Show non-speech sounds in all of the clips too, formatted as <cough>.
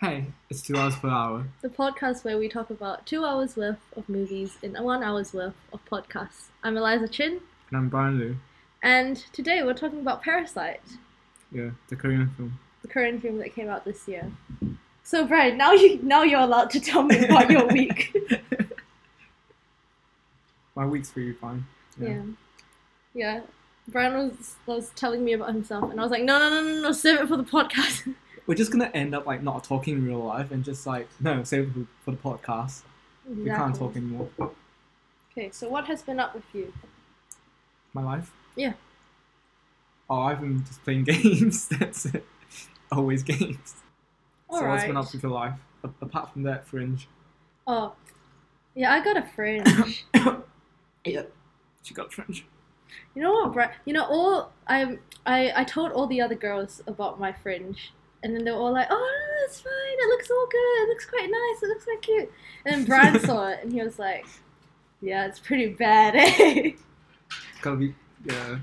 Hey, it's two hours per hour. The podcast where we talk about two hours worth of movies in one hour's worth of podcasts. I'm Eliza Chin, And I'm Brian Liu. and today we're talking about Parasite, Yeah, the Korean film. the Korean film that came out this year. So, Brian, now you now you're allowed to tell me about <laughs> your week. My week's pretty fine. Yeah. yeah, Brian was was telling me about himself, and I was like, no, no, no, no, no, save it for the podcast. <laughs> We're just gonna end up like not talking in real life and just like no, save it for- for the podcast. We can't Exactly. talk anymore. Okay, so what has been up with you? My life. Yeah. Oh, I've been just playing <laughs> games. That's it. Always games. All so right. what's been up with your life? A- apart from that, fringe. Oh, yeah, I got a fringe. <coughs> Yeah. She got fringe. You know what, Bri You know, all I I I told all the other girls about my fringe, and then they were all like, "Oh, no, no, it's fine. It looks all good. It looks quite nice. It looks quite cute." And then Brian saw it, and he was like, "Yeah, it's pretty bad." <laughs> Eh? Gotta be. Yeah.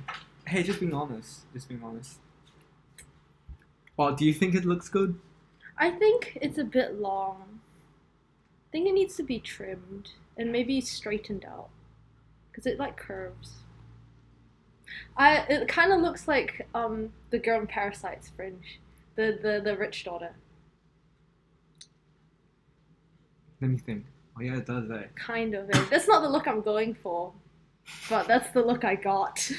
Hey, just being honest. Just being honest. Well, do you think it looks good? I think it's a bit long. I think it needs to be trimmed and maybe straightened out, cause it like curves. I it kind of looks like um the girl in Parasite's fringe, the the the rich daughter. Let me think. Oh yeah, it does that. kind of it. That's not the look I'm going for, but that's the look I got.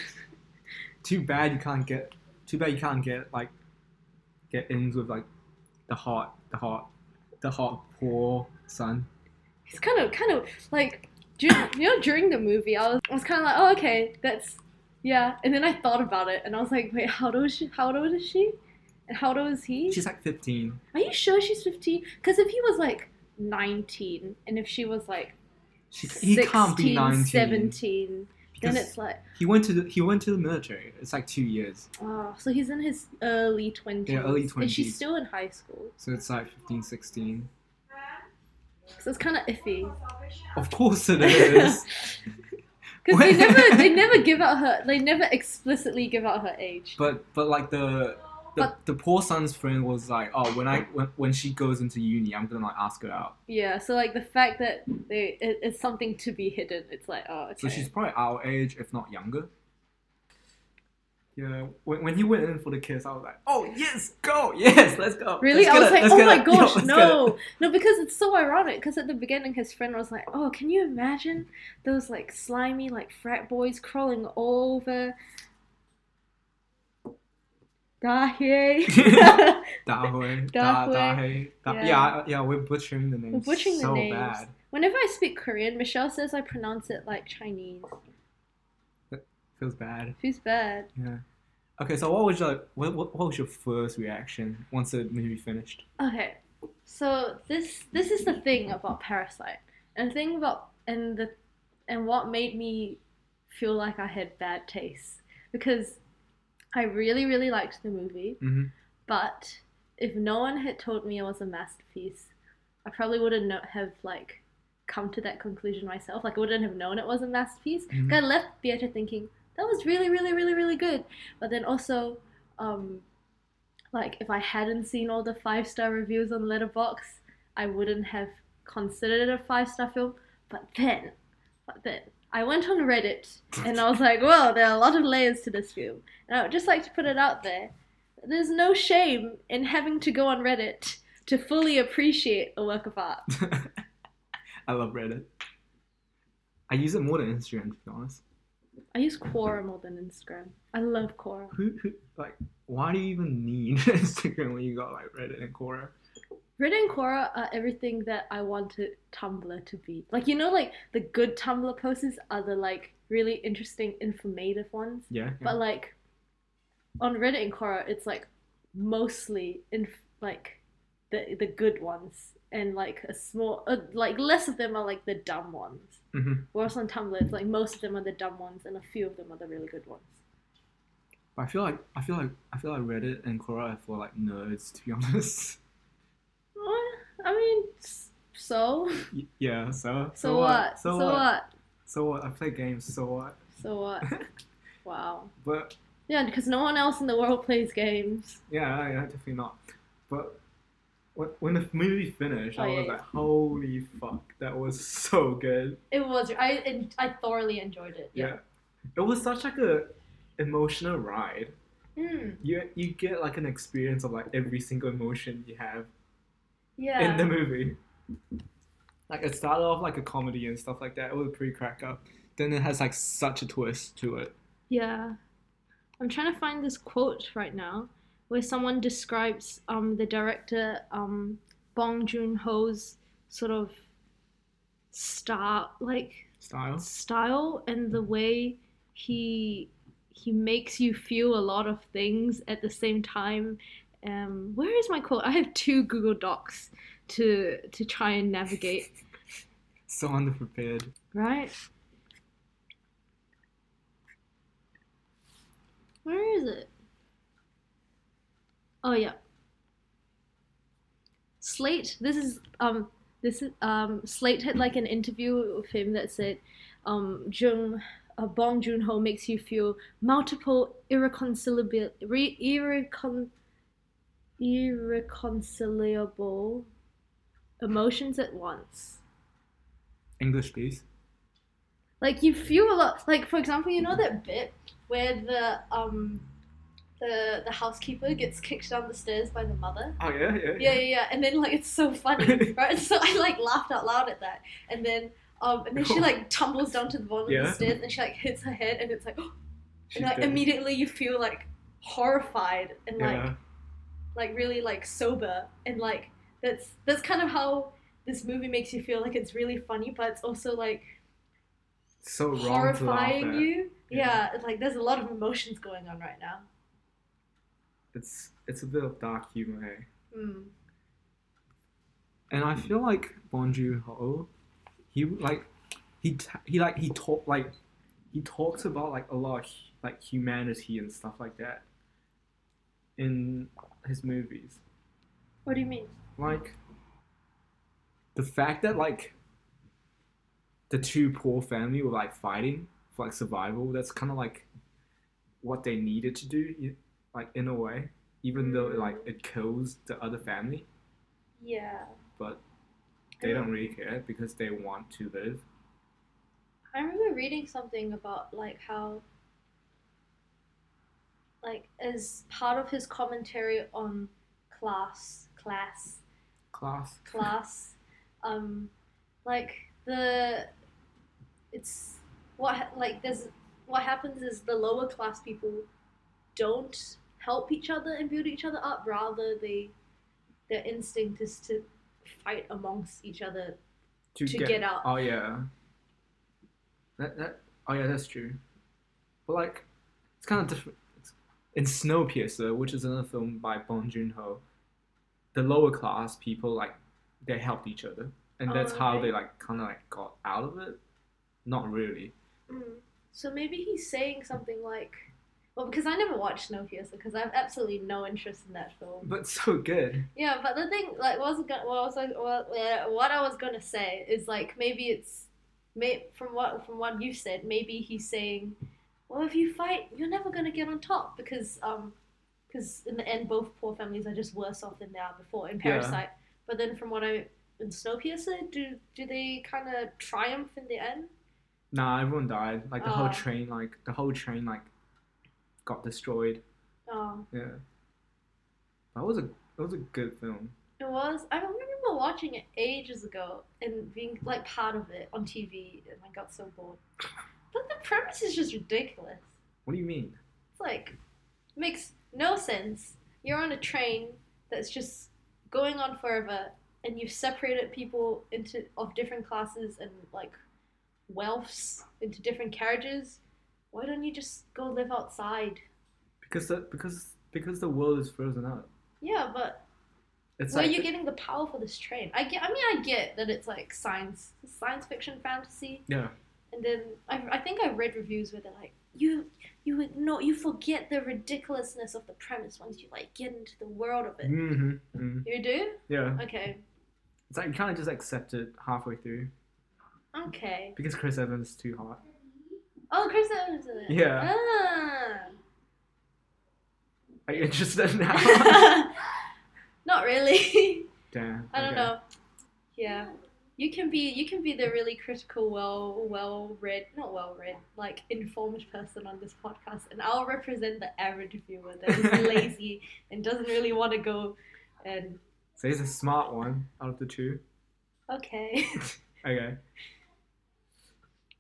<laughs> Too bad you can't get. Too bad you can't get like, get ins with like, the hot, the hot, the hot poor son. It's kind of kind of like during, you know during the movie I was, I was kind of like oh okay that's yeah and then I thought about it and I was like wait how old is she how old is she and how old is he She's like fifteen. are you sure she's 15 because if he was like 19 and if she was like She, he 16 can't be nineteen. 17 because then it's like he went to the, he went to the military. It's like two years, oh so he's in his early 20s Yeah, early and she's 20s. still in high school so it's like 15, 16. so it's kind of iffy Of course it <laughs> is. Because they <laughs> Wait. never, they never give out her, they never explicitly give out her age. but but like the. The, But- the poor son's friend was like, oh, when I when, when she goes into uni, I'm gonna like ask her out. Yeah, so like the fact that they, it, it's something to be hidden. It's like, oh, okay. So she's probably our age, if not younger. Yeah, when, when he went in for the kiss, I was like, oh, yes, go, yes, let's go. really, Let's I get it, was like, let's oh get my it, <laughs> yo, gosh, let's get no, no, because it's so ironic. Because at the beginning, his friend was like, oh, can you imagine those like slimy like frat boys crawling all over. <laughs> Dahe. it." <laughs> Dahoy, Da Da Hui. Dahoy, Da Yeah. Yeah, I- yeah, we're butchering the names. We're butchering the so names. bad. <laughs> Whenever I speak Korean, Michelle says I pronounce it like Chinese. Feels bad. Who's bad? Yeah. Okay, so what was your what, what, what was your first reaction once the movie finished? Okay, so this this is the thing about Parasite, and the thing about and the and what made me feel like I had bad taste because I really really liked the movie, Mm-hmm. <laughs> but if no one had told me it was a masterpiece, I probably wouldn't know, have like come to that conclusion myself. Like I wouldn't have known it was a masterpiece. Mhm. I left theater thinking that was really, really, really, really good. But then also, um, like if I hadn't seen all the five star reviews on Letterbox, I wouldn't have considered it a five star film. But then, but then I went on Reddit and I was like, well, there are a lot of layers to this film, and I would just like to put it out there. There's no shame in having to go on Reddit to fully appreciate a work of art. I love Reddit. I use it more than Instagram, to be honest. I use Quora more than Instagram. I love Quora. Who, who like why do you even need <laughs> Instagram when you got like Reddit and Quora? Reddit and Quora are everything that I wanted Tumblr to be. Like you know, like the good Tumblr posts are the like really interesting, informative ones. Yeah. yeah. But like on Reddit and Quora, it's like mostly in like the the good ones and like a small uh, like less of them are like the dumb ones. Mhm. Whereas on Tumblr, it's like most of them are the dumb ones and a few of them are the really good ones. But I feel like I feel like I feel like Reddit and Quora are for like nerds, to be <laughs> honest. Well, Oh, I mean, s- so Y- yeah. So. so, what? So, what? So what? I play games. So what? So what? <laughs> wow. But Yeah, because no one else in the world plays games. yeah, yeah, definitely not. But when, when the movie finished, Oh, I yeah, was yeah. like, holy fuck, that was <laughs> so good. It was. I en- I thoroughly enjoyed it. Yeah. It was such like a emotional ride. Mm, You you get like an experience of like every single emotion you have yeah. in the movie. Like it started off like a comedy and stuff like that. It was pretty crack up. Then it has like such a twist to it. Yeah. I'm trying to find this quote right now where someone describes um, the director um, Bong Joon Ho's sort of star like Style. style and the way he he makes you feel a lot of things at the same time. Um, where is my quote? <laughs> I have two Google Docs to to try and navigate. So underprepared. Right? Where is it? Oh yeah. Slate. This is um this is um Slate had like an interview with him that said um Jung uh, Bong Joon Ho makes you feel multiple irreconcilable re- irrecon irreconcilable emotions at once English piece. like you feel a lot like for example you know that bit where the um the the housekeeper gets kicked down the stairs by the mother Oh yeah, yeah. yeah yeah yeah and then like it's <laughs> so funny right so i like laughed out loud at that and then um and then she like tumbles down to the bottom of Yeah. the stairs and she like hits her head and it's like <gasps> She's and like dead. immediately you feel like horrified and like Yeah. like really like sober and like that's that's kind of how this movie makes you feel like it's really funny but it's also like So wrong to laugh horrifying at. you. Yeah. Yeah. it's like there's a lot of emotions going on right now. It's it's a bit of dark humor, hey. Mm. and I feel like Bong Joon Ho, he like he t- he like he talk like he talks about like a lot of hu- like humanity and stuff like that in his movies. What do you mean? Like the fact that like the two poor family were like fighting for like survival. That's kind of like what they needed to do, y- like in a way, even though like it kills the other family, Yeah, but they don't really care because they want to live. I remember reading something about like how, like as part of his commentary on class, class, Class. class, um, like the, it's what ha- like there's what happens is the lower class people don't help each other and build each other up. Rather, they their instinct is to fight amongst each other. To, To get out. Oh yeah. That that. Oh yeah, that's true. But like, it's kind of different. It's, in Snowpiercer, which is another film by Bong Joon Ho, the lower class people like they helped each other, and Oh, that's how okay. they like kind of like got out of it. Not really. Mm. So maybe he's saying something like, well, because I never watched Snowpiercer because I have absolutely no interest in that film. But <laughs> so good. Yeah, but the thing, like, what I was gonna, what I was, like, what, uh, what I was gonna say is like maybe it's, may, from what from what you said, maybe he's saying, well, if you fight, you're never gonna get on top because um, because in the end, both poor families are just worse off than they are before in Yeah. Parasite. But then from what I in Snowpiercer, do do they kind of triumph in the end? Nah, everyone died. Like the whole Oh. train, like the whole train, like got destroyed. Oh, Yeah. That was a that was a good film. it was. I remember watching it ages ago and being like part of it on TV, and I got so bored. But the premise is just ridiculous. What do you mean? It's like makes no sense. You're on a train that's just going on forever, and you've separated people into of different classes and like wealths into different carriages. Why don't you just go live outside? Because the because because the world is frozen up. Yeah, but It's where like are you getting the power for this train? I get. I mean, I get that it's like science, science fiction, fantasy. yeah. And then I, I think I read reviews where they're like, you you ignore you forget the ridiculousness of the premise once you like get into the world of it. hmm You do? Yeah, Okay. it's like you kind of just accept it halfway through Okay. because Chris Evans is too hot. Oh, Chris Evans in it. Yeah. Are you interested now? <laughs> <laughs> Ah. Not really. <laughs> Damn. I don't okay. know. Yeah. You can be you can be the really critical, well well read not well read, like informed person on this podcast and I'll represent the average viewer <laughs> that is lazy and doesn't really want to go and So he's a smart one out of the two. okay. <laughs> Okay.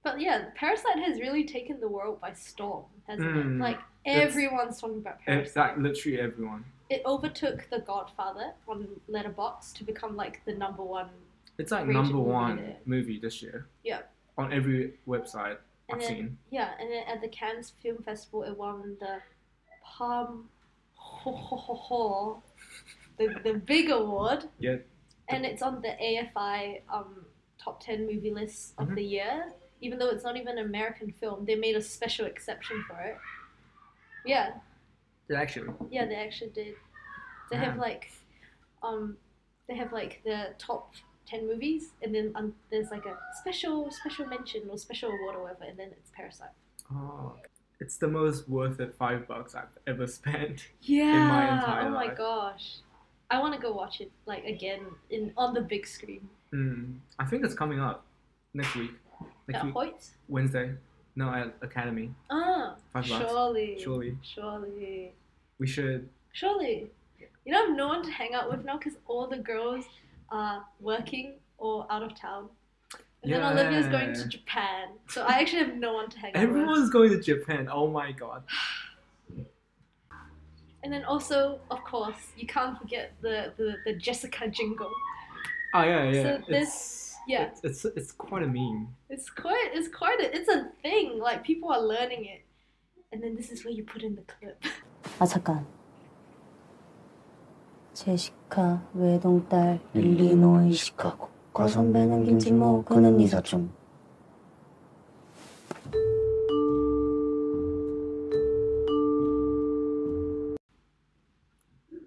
But yeah, Parasite has really taken the world by storm, hasn't Mm. it? Like It's- everyone's talking about And, Parasite. like literally everyone. It overtook The Godfather on Letterbox to become like the number one, It's like Rachel number movie one did it. movie this year. Yeah. On every website and I've then seen. yeah, and then at the Cannes Film Festival, it won the Palm Ho Ho Ho Ho, the the big award. Yeah. And it's on the AFI um, top ten movie list of Mhm. the year, even though it's not even an American film. They made a special exception for it. Yeah, Did actually. Yeah, they actually did. They have like, um, they have like the top ten movies, and then um, there's like a special special mention or special award or whatever, and then it's Parasite. Oh. It's the most worth it five bucks I've ever <laughs> spent. Yeah. entire oh my life. gosh, I want to go watch it like again in on the big screen. Mm. I think it's coming up next week. Next At week, Hoyt. Wednesday. No, at Academy. Ah, Five bucks. surely, Surely surely, we should. surely. You don't have no one to hang out with now because all the girls are working or out of town. And then Olivia's going Yeah. to Japan. So I actually have no one to hang out with. Everyone's going to Japan. Oh my god. And then also, of course, you can't forget the, the, the Jessica jingle. Oh yeah, yeah. So it's, this- yeah. It's, it's it's quite a meme. It's quite it's quite a, it's a thing. Like people are learning it. And then this is where you put in the clip. <laughs> 아 잠깐 제시카 외동딸 일리노이 시카고 과선배는 김진모 그는 이사촌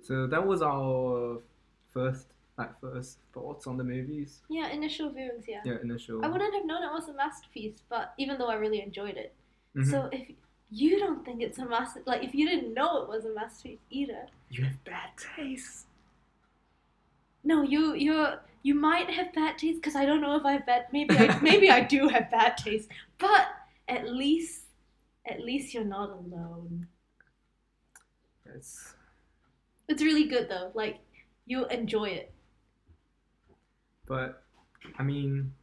So that was our first like first thoughts on the movies. Yeah, initial viewings, yeah. Yeah, initial. I wouldn't have known it was a masterpiece, but even though I really enjoyed it. Mhm. So if you don't think it's a master like if you didn't know it was a masterpiece either, you have bad taste. No, you you're you might have bad taste because I don't know if I have bad maybe I maybe I do have bad taste, but at least at least you're not alone. It's It's really good though. Like you enjoy it. but I mean,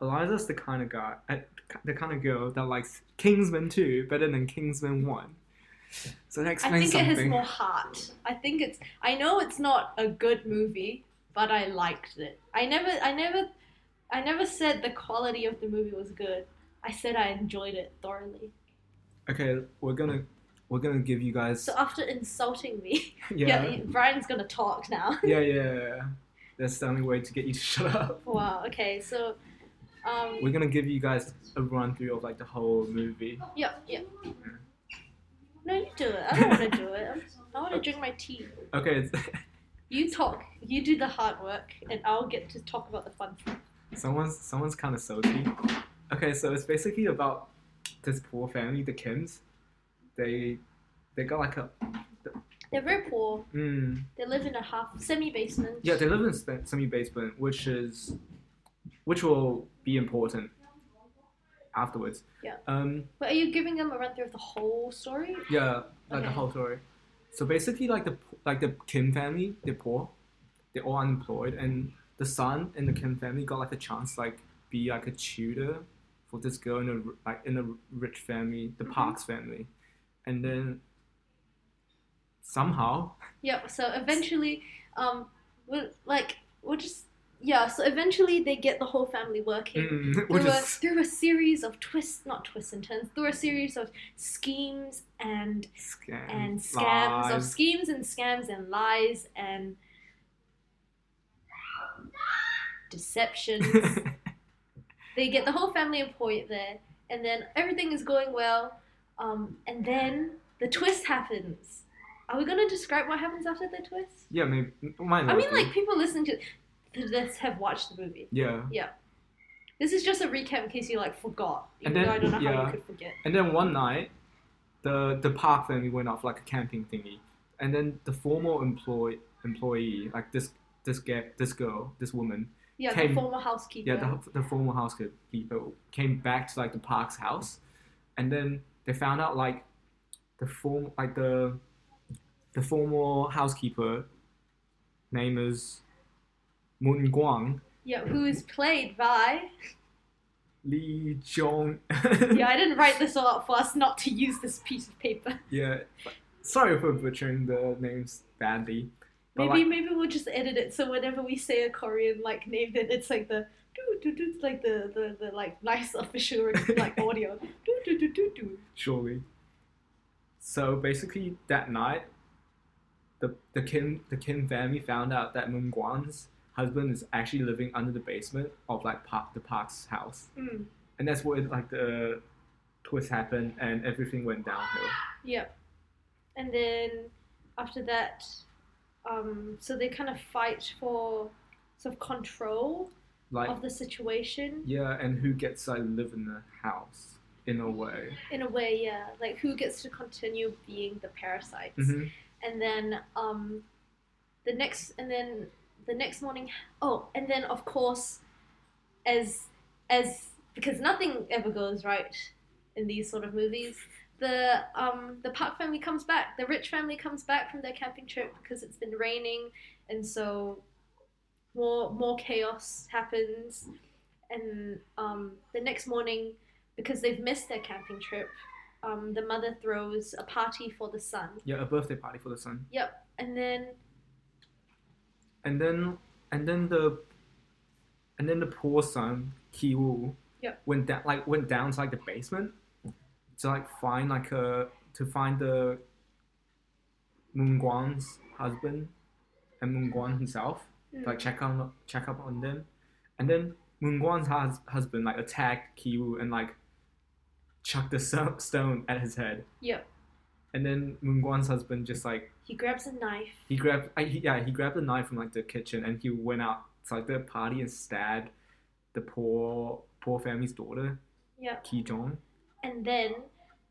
Eliza's the kind of guy, uh, the kind of girl that likes Kingsman two better than Kingsman one. So that I think explains it has something. more heart. I think it's I know it's not a good movie, but I liked it. I never I never I never said the quality of the movie was good. I said I enjoyed it thoroughly. okay, we're gonna we're gonna give you guys. <laughs> So after insulting me, <laughs> yeah, yeah, yeah Brian's gonna talk now. yeah, yeah, yeah. That's the only way to get you to <laughs> shut up. Wow. Okay. So, um, We're gonna give you guys a run through of like the whole movie. yeah, yeah. No, you do it. I don't want to do it. I'm- I want to drink my tea. Okay, it's, <laughs> You talk. You do the hard work, and I'll get to talk about the fun stuff. someone's someone's kind of salty. Okay, so it's basically about this poor family, the Kims. They they got like a They're very poor. mm, They live in a half semi basement. Yeah, they live in spe- semi-basement, which is, which will be important afterwards. Yeah. Um. But are you giving them a run through of the whole story? Yeah. Like the Okay. whole story. So basically, like the like the Kim family, they're poor, they're all unemployed, and the son and the Kim family got like a chance, like be like a tutor for this girl in a r- like in a r- rich family, the Mhm. Parks family, and then somehow Yeah. So eventually, um, we'll, like we'll just yeah. So eventually, they get the whole family working. mm, through, <laughs> which a, is through a series of twists, not twists and turns, through a series of schemes and scam and scams of lies. schemes and scams and lies and <laughs> deceptions. they get the whole family employed there, and then everything is going well. Um, and then the twist happens. Are we gonna describe what happens after the twist? yeah, maybe might I not mean, be. like people listening to to this have watched the movie. Yeah. This is just a recap in case you like forgot. Even And then- though I don't know how yeah. you could forget. And then one night, the the park family went off like a camping thingy, and then the former employee employee like this this ga- this girl, this woman, Yeah, Came- the former housekeeper. yeah, the, the former housekeeper uh, came back to like the park's house, and then they found out like the form like the the former housekeeper name is Mun Guang Yeah, who is played by. Lee Jong. <laughs> Yeah, I didn't write this all up for us not to use this piece of paper. yeah. Sorry for butchering the names badly. But Maybe like- maybe we'll just edit it so whenever we say a Korean like name, then it's like the do do do like the, the, the like nice <laughs> official like audio do do do do do. surely. So basically, that night, the the Kim the Kim family found out that Moon Guan's husband is actually living under the basement of like park, the park's house, Mm. and that's where like the twist happened and everything went downhill. Yep. And then after that, um, so they kind of fight for sort of control Like of the situation yeah, and who gets to like, live in the house in a way? in a way, yeah. Like who gets to continue being the parasites. hmm and then um, the next and then the next morning oh and then of course as as because nothing ever goes right in these sort of movies the um the park family comes back the rich family comes back from their camping trip because it's been raining and so more more chaos happens and um the next morning because they've missed their camping trip um, the mother throws a party for the son Yeah, a birthday party for the son, Yep. And then and then and then the and then the poor son Ki Woo Yep. went down like went down to like the basement to like find like a to find the Moon Guan's husband and Moon Guan himself to, like check on check up on them, and then Moon Guan's hus- husband like attacked Ki Woo and like chucked the so- stone at his head, yep, and then Moon Guan's husband just like he grabs a knife. he grabbed I, he, yeah he grabbed a knife from like the kitchen and he went out to like the party and stabbed the poor poor family's daughter Yep. Ki Jong And then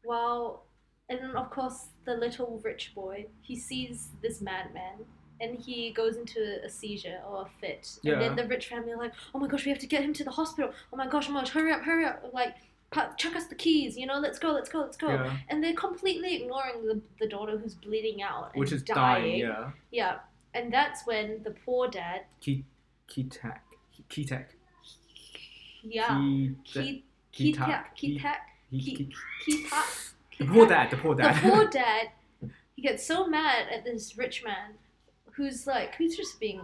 while and then of course the little rich boy, he sees this madman and he goes into a seizure or a fit. Yeah. And then the rich family are like, Oh my gosh, we have to get him to the hospital. Oh my gosh, oh my gosh, hurry up, hurry up like pa- chuck us the keys, you know, let's go, let's go, let's go. yeah Oh, And they're completely ignoring the, the daughter who's bleeding out and which is dying, dying. yeah yeah. And that's when the poor dad, Ki Ki Tak Ki Tak yeah, Ki he he Kitak. tap he tap Ki- Ki- Ki- he tap the poor dad the poor the dad poor dad he gets so mad at this rich man who's like who's just being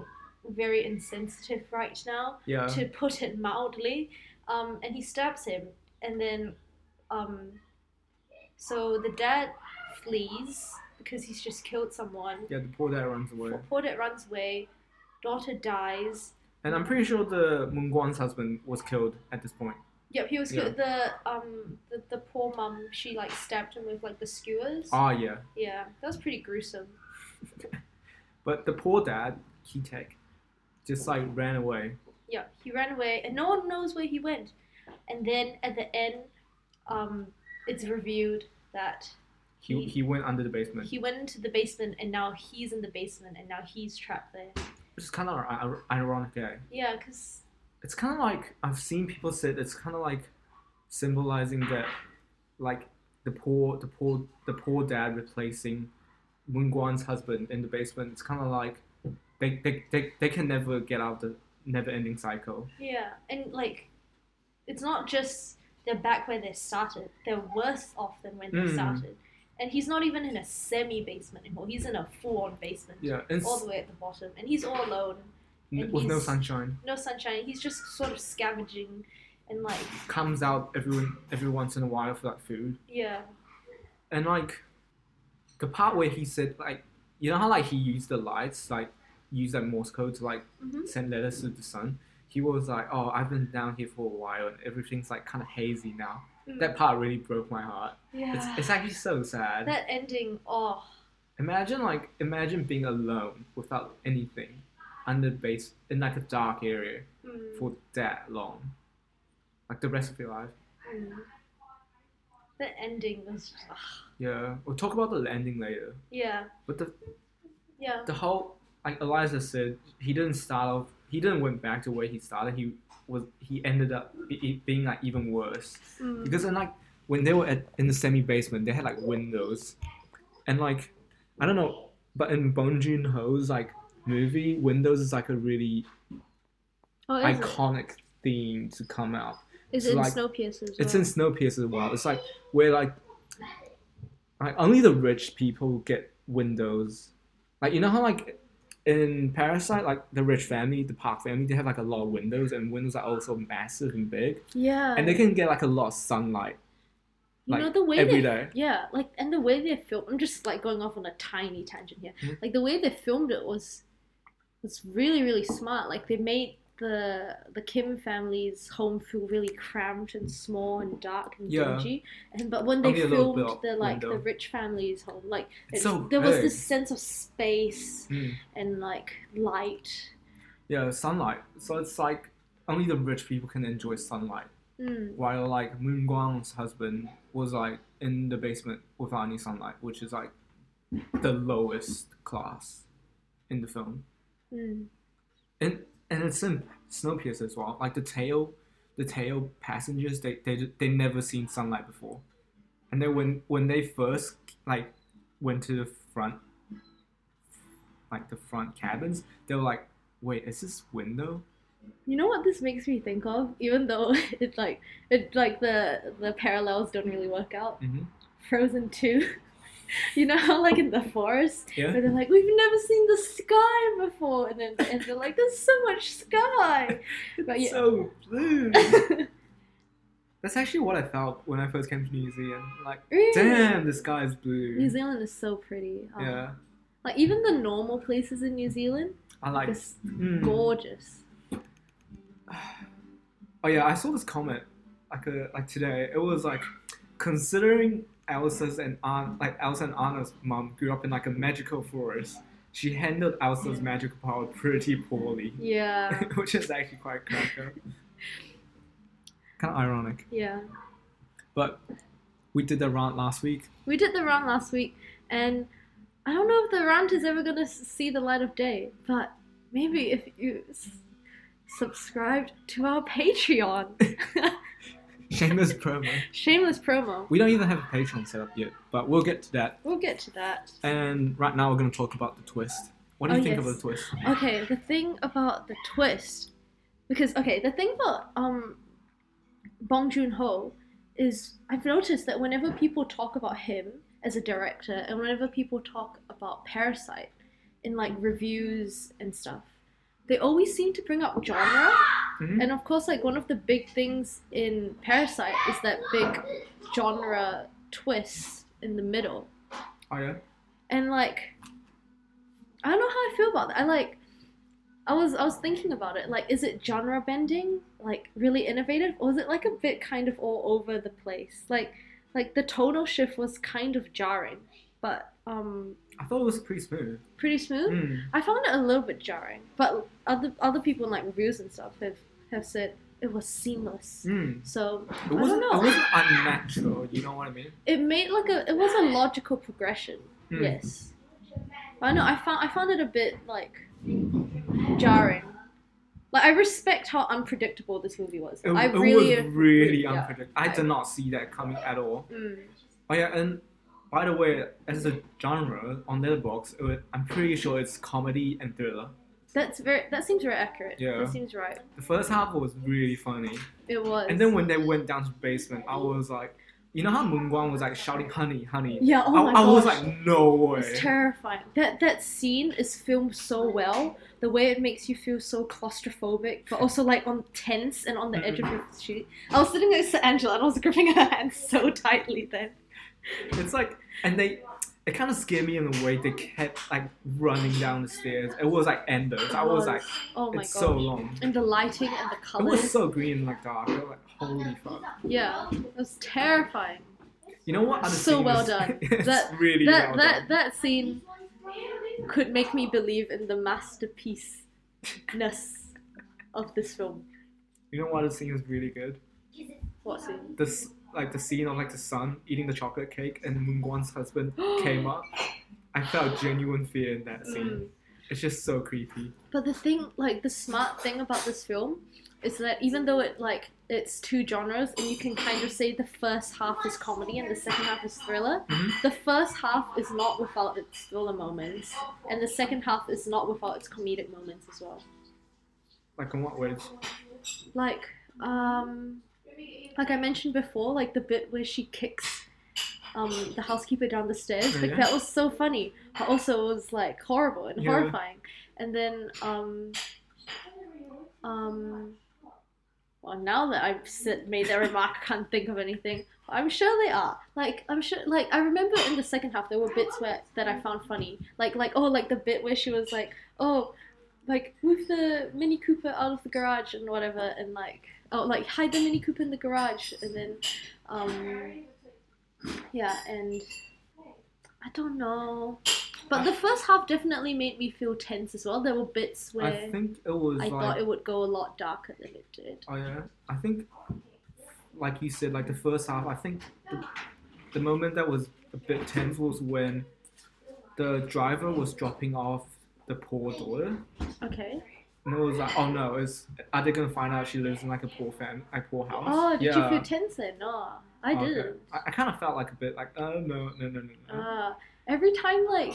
very insensitive right now <laughs> yeah to put it mildly um, and he stabs him and then um, so the dad flees because he's just killed someone yeah the poor dad runs away poor dad runs away daughter dies and I'm pretty sure the Moon Guan's husband was killed at this point Yep, he was Yeah. killed. The um the, the poor mum, she like stabbed him with like the skewers. ah yeah Yeah, that was pretty gruesome. but the poor dad Ki Tak just like ran away Yeah, he ran away, and no one knows where he went. And then at the end, um, it's revealed that he, he went under the basement he went into the basement, and now he's in the basement, and now he's trapped there. which is kind of ir- ironic. Yeah, Yeah, cause it's kind of like I've seen people say it's kind of like symbolizing that, like the poor, the poor, the poor dad replacing Moon Guan's husband in the basement. It's kind of like they, they, they, they can never get out of the never-ending cycle. yeah, and like, it's not just they're back where they started; they're worse off than when they Mm. started. And he's not even in a semi basement anymore. He's in a full on basement. Yeah, and all s- the way at the bottom, and he's all alone, n- with no he's- sunshine, no sunshine. He's just sort of scavenging, and like, comes out every every once in a while for like food. yeah, and like the part where he said like you know how like he used the lights like use that morse code to like Mhm. send letters to the sun he was like oh i've been down here for a while and everything's like kind of hazy now Mm. that part really broke my heart yeah. it's, it's actually so sad that ending, oh, imagine like imagine being alone without anything under the base in like a dark area mm, for that long like the rest of your life mm. that ending was, ah, yeah we'll talk about the landing later yeah, but the yeah, the whole like Eliza said, he didn't start off. He didn't went back to where he started. He was he ended up be- be- being like even worse Mm. because in like when they were at, in the semi basement, they had like windows, and like I don't know, but in Bong Joon Ho's like movie, windows is like a really oh, is it? iconic theme to come out. Is it in like- Snowpiercer as well? It's in Snowpiercer as well. It's like where like, like only the rich people get windows. Like you know how like in Parasite, like the rich family, the Park family, they have like a lot of windows, and windows are also massive and big, yeah. and they can get like a lot of sunlight. you like, know the way every they day. yeah like and the way they filmed i'm just like going off on a tiny tangent here Mhm. like the way they filmed it was was really really smart like they made the the kim family's home feel really cramped and small and dark and Yeah. dingy and but when they Only a little bit filmed the like the window. rich family's home like It's it- so there was big. this sense of space Mm. and like light Yeah, sunlight. So it's like only the rich people can enjoy sunlight. mm. While like Moon Guang's husband was like in the basement without any sunlight, which is like the lowest class in the film. Mm. and and it's in Snowpiercer as well. Like the tail, the tail passengers, they they ju- they never seen sunlight before, and then when when they first like went to the front, like the front cabins, they were like, wait, is this window? You know what this makes me think of, even though <laughs> it's like it like the the parallels don't really work out. Mm-hmm. Frozen Two, <laughs> you know how like in the forest Yeah. where they're like we've never seen the sky before, and then and they're like there's so much <laughs> sky, but yeah, So <laughs> blue. That's actually what I felt when I first came to New Zealand. Like, really, damn, the sky is blue. New Zealand is so pretty. Um, Yeah, like even the normal places in New Zealand I like. is Mm. gorgeous. Oh yeah, I saw this comment like uh, like today. It was like considering Elsa's and An- like Elsa and Anna's mom grew up in like a magical forest. She handled Elsa's magical power pretty poorly, Yeah, <laughs> which is actually quite cracker. kind of ironic. yeah. But we did the rant last week. We did the rant last week, and I don't know if the rant is ever gonna s- see the light of day, but maybe if you s- subscribed to our <laughs> Patreon. Shameless promo. Shameless promo. We don't even have a Patreon set up yet, but we'll get to that. We'll get to that. And right now we're going to talk about the twist. What do you Oh, think yes. of the twist? Okay, the thing about the twist, because okay, the thing about um, Bong Joon Ho is I've noticed that whenever people talk about him as a director, and whenever people talk about Parasite in like reviews and stuff, they always seem to bring up genre. Mhm. And of course, like one of the big things in Parasite is that big genre twist in the middle Oh yeah. and like I don't know how I feel about that. I like I was I was thinking about it. Like, is it genre bending, like really innovative, or is it like a bit kind of all over the place? Like like the tonal shift was kind of jarring, but um I thought it was pretty smooth. pretty smooth. Mm. I found it a little bit jarring, but other other people in like reviews and stuff have have said it was seamless. Mm. So It wasn't, hmm. know. it wasn't unnatural, you know what I mean? it made like a it was a logical progression. Mm. Yes. I know. I found I found it a bit like jarring. Like I respect how unpredictable this movie was. It, I it really. was really yeah. unpredictable. I did not see that coming at all. Mm. Oh yeah, and by the way, as a genre on Letterboxd, it, wa- I'm pretty sure it's comedy and thriller. That's very. That seems very accurate. Yeah. That seems right. The first half was really funny, It was. and then when they went down to the basement, I was like, you know how Moon Guang was like shouting "honey, honey." yeah. Oh I, my I was gosh. like, no way. It's terrifying. That that scene is filmed so well. The way it makes you feel so claustrophobic, but also like on tense and Hmm. on the edge of your seat. I was sitting next to Angela and I was gripping her <laughs> hand so tightly then. It's like, and they, it kind of scared me in the way they kept like running down the stairs. It was like endless. I was like, oh my it's gosh. so long. and the lighting and the It colors. was so green and like dark. I was like, holy fuck. Yeah, it was terrifying. You know what? Other So scene well was- done. <laughs> it's That- really That well that done. that scene could make me believe in the masterpiece-ness of this film. You know what? Other scene was really good. What scene? This like the scene of like the son eating the chocolate <gasps> cake and Moon Guan's husband came up. I felt genuine fear in that scene. Mm. It's just so creepy. But the thing, like the smart thing about this film, is that even though it like it's two genres, and you can kind of say the first half is comedy and the second half is thriller. Mhm. The first half is not without its thriller moments, and the second half is not without its comedic moments as well. Like in what words? Like, um, like I mentioned before, like the bit where she kicks. Um, the housekeeper down the stairs, Oh, like yeah. that was so funny. But also, it was like horrible and Yeah. horrifying. And then, um, Um. Well, now that I've said, made that remark, I can't think of anything. But I'm sure they are. Like I'm sure. Like I remember in the second half, there were bits where that I found funny. Like like oh like the bit where she was like oh like move the Mini Cooper out of the garage and whatever and like oh like hide the Mini Cooper in the garage and then um yeah and I don't know. But the first half definitely made me feel tense as well. There were bits where I think it was I like thought it would go a lot darker than it did. Oh yeah, I think, like you said, like the first half. I think the, the moment that was a bit tense was when the driver was dropping off the poor daughter, Okay. and it was like, oh no, is are they gonna find out she lives in like a poor fam, like poor house? Oh, did yeah. Oh, you feel tense then? No, I Okay. didn't. I, I kind of felt like a bit like, oh no, no, no, no, no. Uh, every time, like,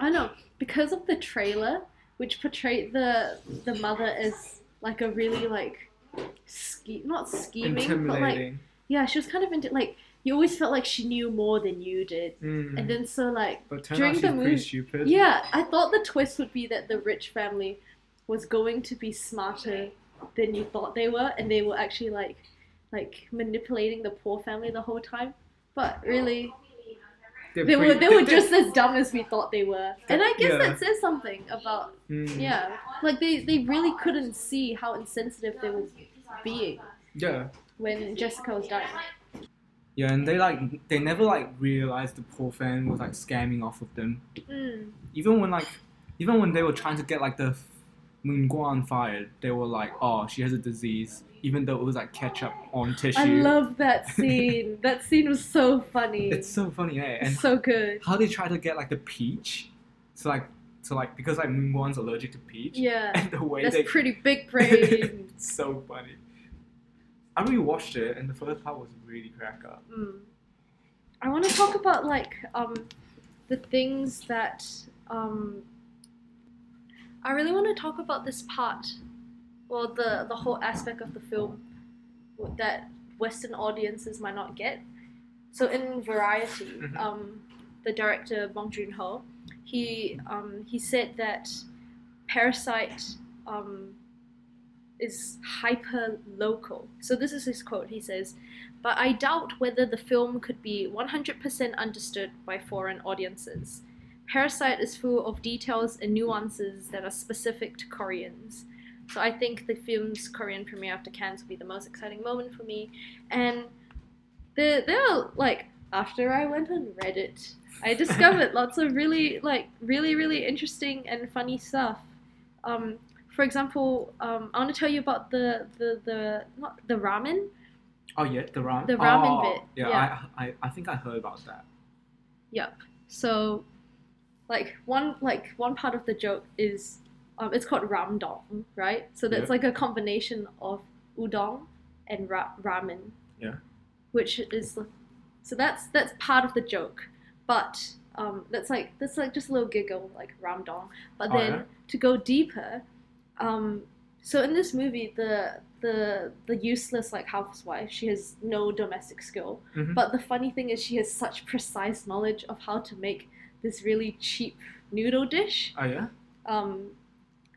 I don't know, because of the trailer, which portrayed the the mother as like a really like, ske- not scheming, but like Intimidating. yeah, she was kind of into like you always felt like she knew more than you did, Mm. and then so like but turned during out she's the pretty movie- stupid. Yeah, I thought the twist would be that the rich family was going to be smarter than you thought they were, and they were actually like, like manipulating the poor family the whole time. But really, They're they were pretty- they were they're- just as dumb as we thought they were, and I guess Yeah. that says something about Mm. yeah, like they they really couldn't see how insensitive they were being Yeah. when Jessica was dying. Yeah, and they like they never like realized the poor fan was like scamming off of them. Mm. Even when like even when they were trying to get like the Moon Guan fired, they were like, "Oh, she has a disease," even though it was like ketchup on tissue. I love that <laughs> scene. that scene was so funny. it's so funny, eh? And It's so good. how they try to get like the peach, so like so like because like Moon Guan's allergic to peach, Yeah. <laughs> and the way That's they pretty big <laughs> brain. it's so funny. I rewatched it, and the first part was really crack up. mm. I want to talk about like um, the things that um, I really want to talk about this part, or the the whole aspect of the film w- that Western audiences might not get. So in Variety, Mhm. um, the director Bong Joon Ho, he um, he said that Parasite um, is hyper local. So this is his quote. He says, "But I doubt whether the film could be 100% understood by foreign audiences. Parasite is full of details and nuances that are specific to Koreans." So I think the film's Korean premiere after Cannes will be the most exciting moment for me, and there there are like after I went on Reddit, I discovered lots of really like really really interesting and funny stuff. Um, for example, um, I want to tell you about the the the not the ramen. Oh yeah, the ramen. The ramen oh, bit, Yeah, yeah. I, I I think I heard about that. Yep. So, like one like one part of the joke is um, it's called ramdong, right? So that's Yeah. like a combination of udon and ra- ramen. Yeah. Which is so that's that's part of the joke, but um, that's like that's like just a little giggle like ramdong. But Oh, then yeah? to go deeper, um, so in this movie the the the useless like housewife she has no domestic skill Mhm. but the funny thing is she has such precise knowledge of how to make this really cheap noodle dish Oh yeah. um,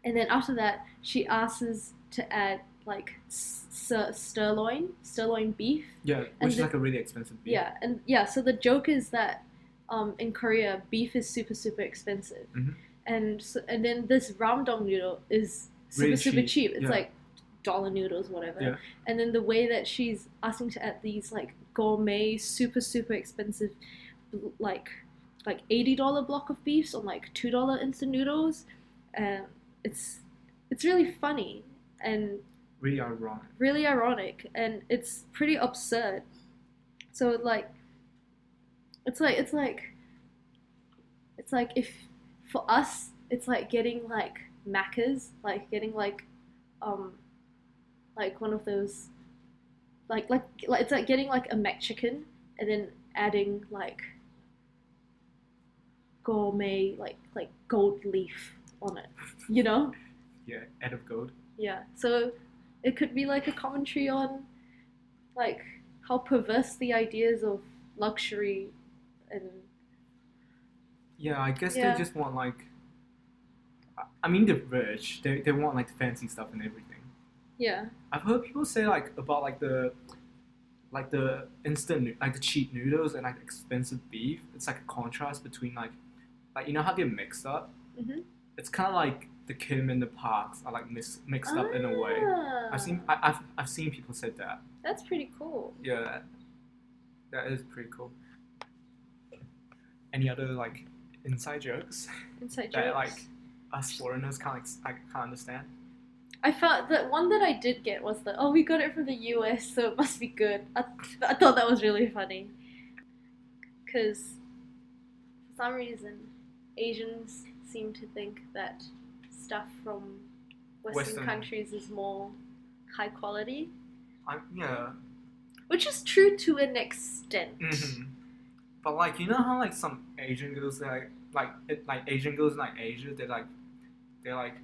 and then after that she asks to add like s- sir- sirloin sirloin beef Yeah, And which is the- like a really expensive beer. yeah and yeah so the joke is that um, in korea beef is super super expensive Mhm. and so, and then this ramdong noodle is super Really super cheap, cheap it's yeah. like dollar noodles whatever Yeah. and then the way that she's asking to add these like gourmet super super expensive bl- like like $80 block of beefs on like $2 instant noodles and it's it's really funny and Really ironic. really ironic and it's pretty absurd so like it's like it's like it's like if for us it's like getting like macas, like getting like um like one of those like like like it's like getting like a mac chicken and then adding like gourmet like like gold leaf on it. You know? Yeah, out of gold. Yeah. So it could be like a commentary on like how perverse the ideas of luxury and Yeah, I guess Yeah. they just want like. I- I mean, the rich. They they want like the fancy stuff and everything. yeah. I've heard people say like about like the, like the instant nu- like the cheap noodles and like expensive beef. It's like a contrast between like, like you know how they're mixed up. Mhm. It's kind of like the Kim and the Parks are like mis- mixed up in a way. I've seen Ah, I, I've I've seen people say that. That's pretty cool. Yeah, that, that is pretty cool. Any other like inside jokes Inside that jokes. like us foreigners can't ex- I can't understand? I felt that one that I did get was the oh we got it from the US so it must be good. I, I thought that was really funny because for some reason Asians seem to think that stuff from Western, Western. countries is more high quality, I'm yeah. which is true to an extent. Mhm. But like you know how like some Asian girls they're like like it, like Asian girls in like Asia they're like they're like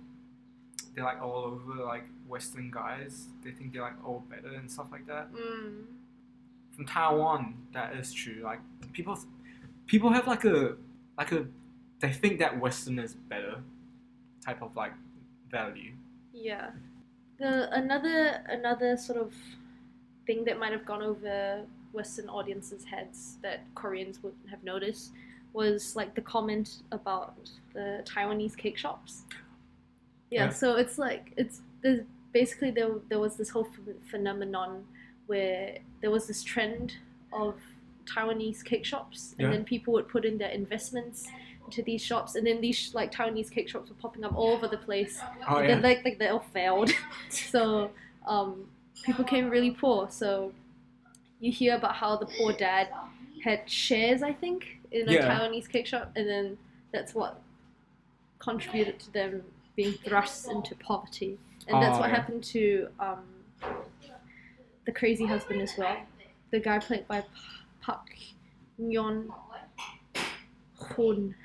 they're like all over like Western guys. They think they're like all better and stuff like that. Mm. From Taiwan, that is true. Like people people have like a like a they think that Western is better type of like value. Yeah. The another another sort of thing that might have gone over Western audiences' heads that Koreans wouldn't have noticed was like the comment about the Taiwanese cake shops. Yeah, Yeah. so it's like it's there's basically there there was this whole ph- phenomenon where there was this trend of Taiwanese cake shops, and Yeah. then people would put in their investments into these shops, and then these like Taiwanese cake shops were popping up all over the place Oh they like like they all failed. <laughs> so um, people came really poor. So you hear about how the poor dad had shares, I think, in a Yeah. Taiwanese cake shop, and then that's what contributed to them being thrust into poverty. And that's Oh, what yeah. happened to um, the crazy husband as well. The guy played by Park Nyon Hoon.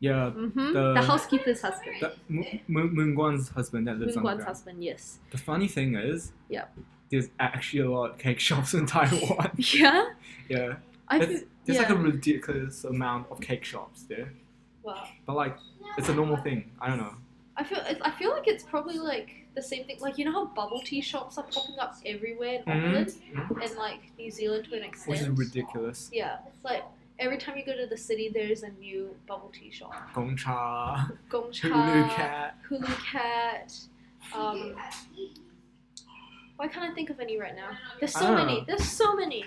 Yeah. hmm The- The, housekeeper's husband. That, Moon, Moon Guan's husband that Moon lives on Kwan's the ground. husband, yes. <laughs> The funny thing is, Yep. there's actually a lot of cake shops in Taiwan. <laughs> Yeah? yeah, I That's- feel- there's like yeah. a ridiculous amount of cake shops there, Wow. but like it's a normal thing. I don't know. I feel I feel like it's probably like the same thing. Like you know how bubble tea shops are popping up everywhere in Mhm. Auckland Mhm. and like New Zealand to an extent. Which is ridiculous. Yeah, it's like every time you go to the city, there is a new bubble tea shop. Gongcha, Gongcha, Hulu Cat. Hulu Cat. Um, why can't I think of any right now? There's so I don't many. know. There's so many.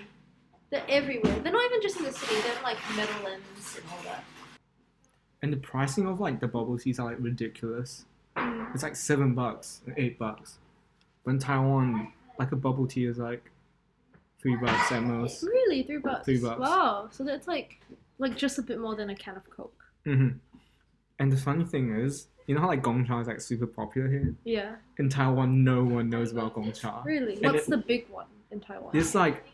They're everywhere. They're not even just in the city. They're in like Meadowlands and all that. And the pricing of like the bubble teas are like ridiculous. It's like seven bucks and eight bucks. But in Taiwan, like a bubble tea is like three bucks at most. Really, three bucks. Three bucks. Wow, so that's like, like just a bit more than a can of Coke. hmm And the funny thing is, you know how like Gongcha is like super popular here? Yeah, In Taiwan, no one knows about Gongcha. really. And What's it- the big one in Taiwan? There's like,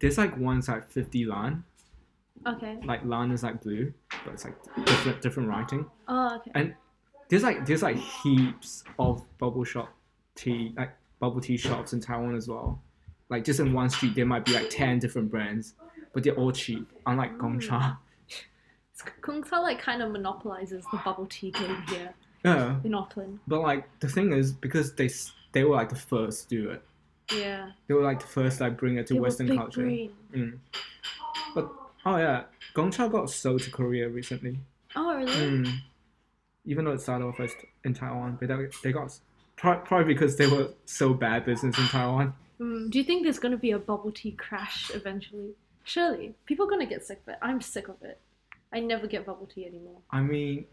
there's like one's like 50 lan. Okay. Like lan is like blue, but it's like different, different writing. Oh, okay. And there's like there's like heaps of bubble shop tea like bubble tea shops in Taiwan as well. Like just in one street, there might be like 10 different brands, but they're all cheap. Unlike Mm. Gongcha. <laughs> Kung Tao like kind of monopolizes the bubble tea game here Yeah. in Auckland. But like the thing is, because they s- they were like the first to do it. Yeah. They were like the first like bring it to They were Western big culture. brain. Mm. But oh yeah, Gongcha got sold to Korea recently. Oh, really? Mm. Even though it started off as in Taiwan, but they, they got pro- probably because they were so bad business in Taiwan. Mm, Do you think there's gonna be a bubble tea crash eventually? Surely, people are gonna get sick of it. I'm sick of it. I never get bubble tea anymore. I mean,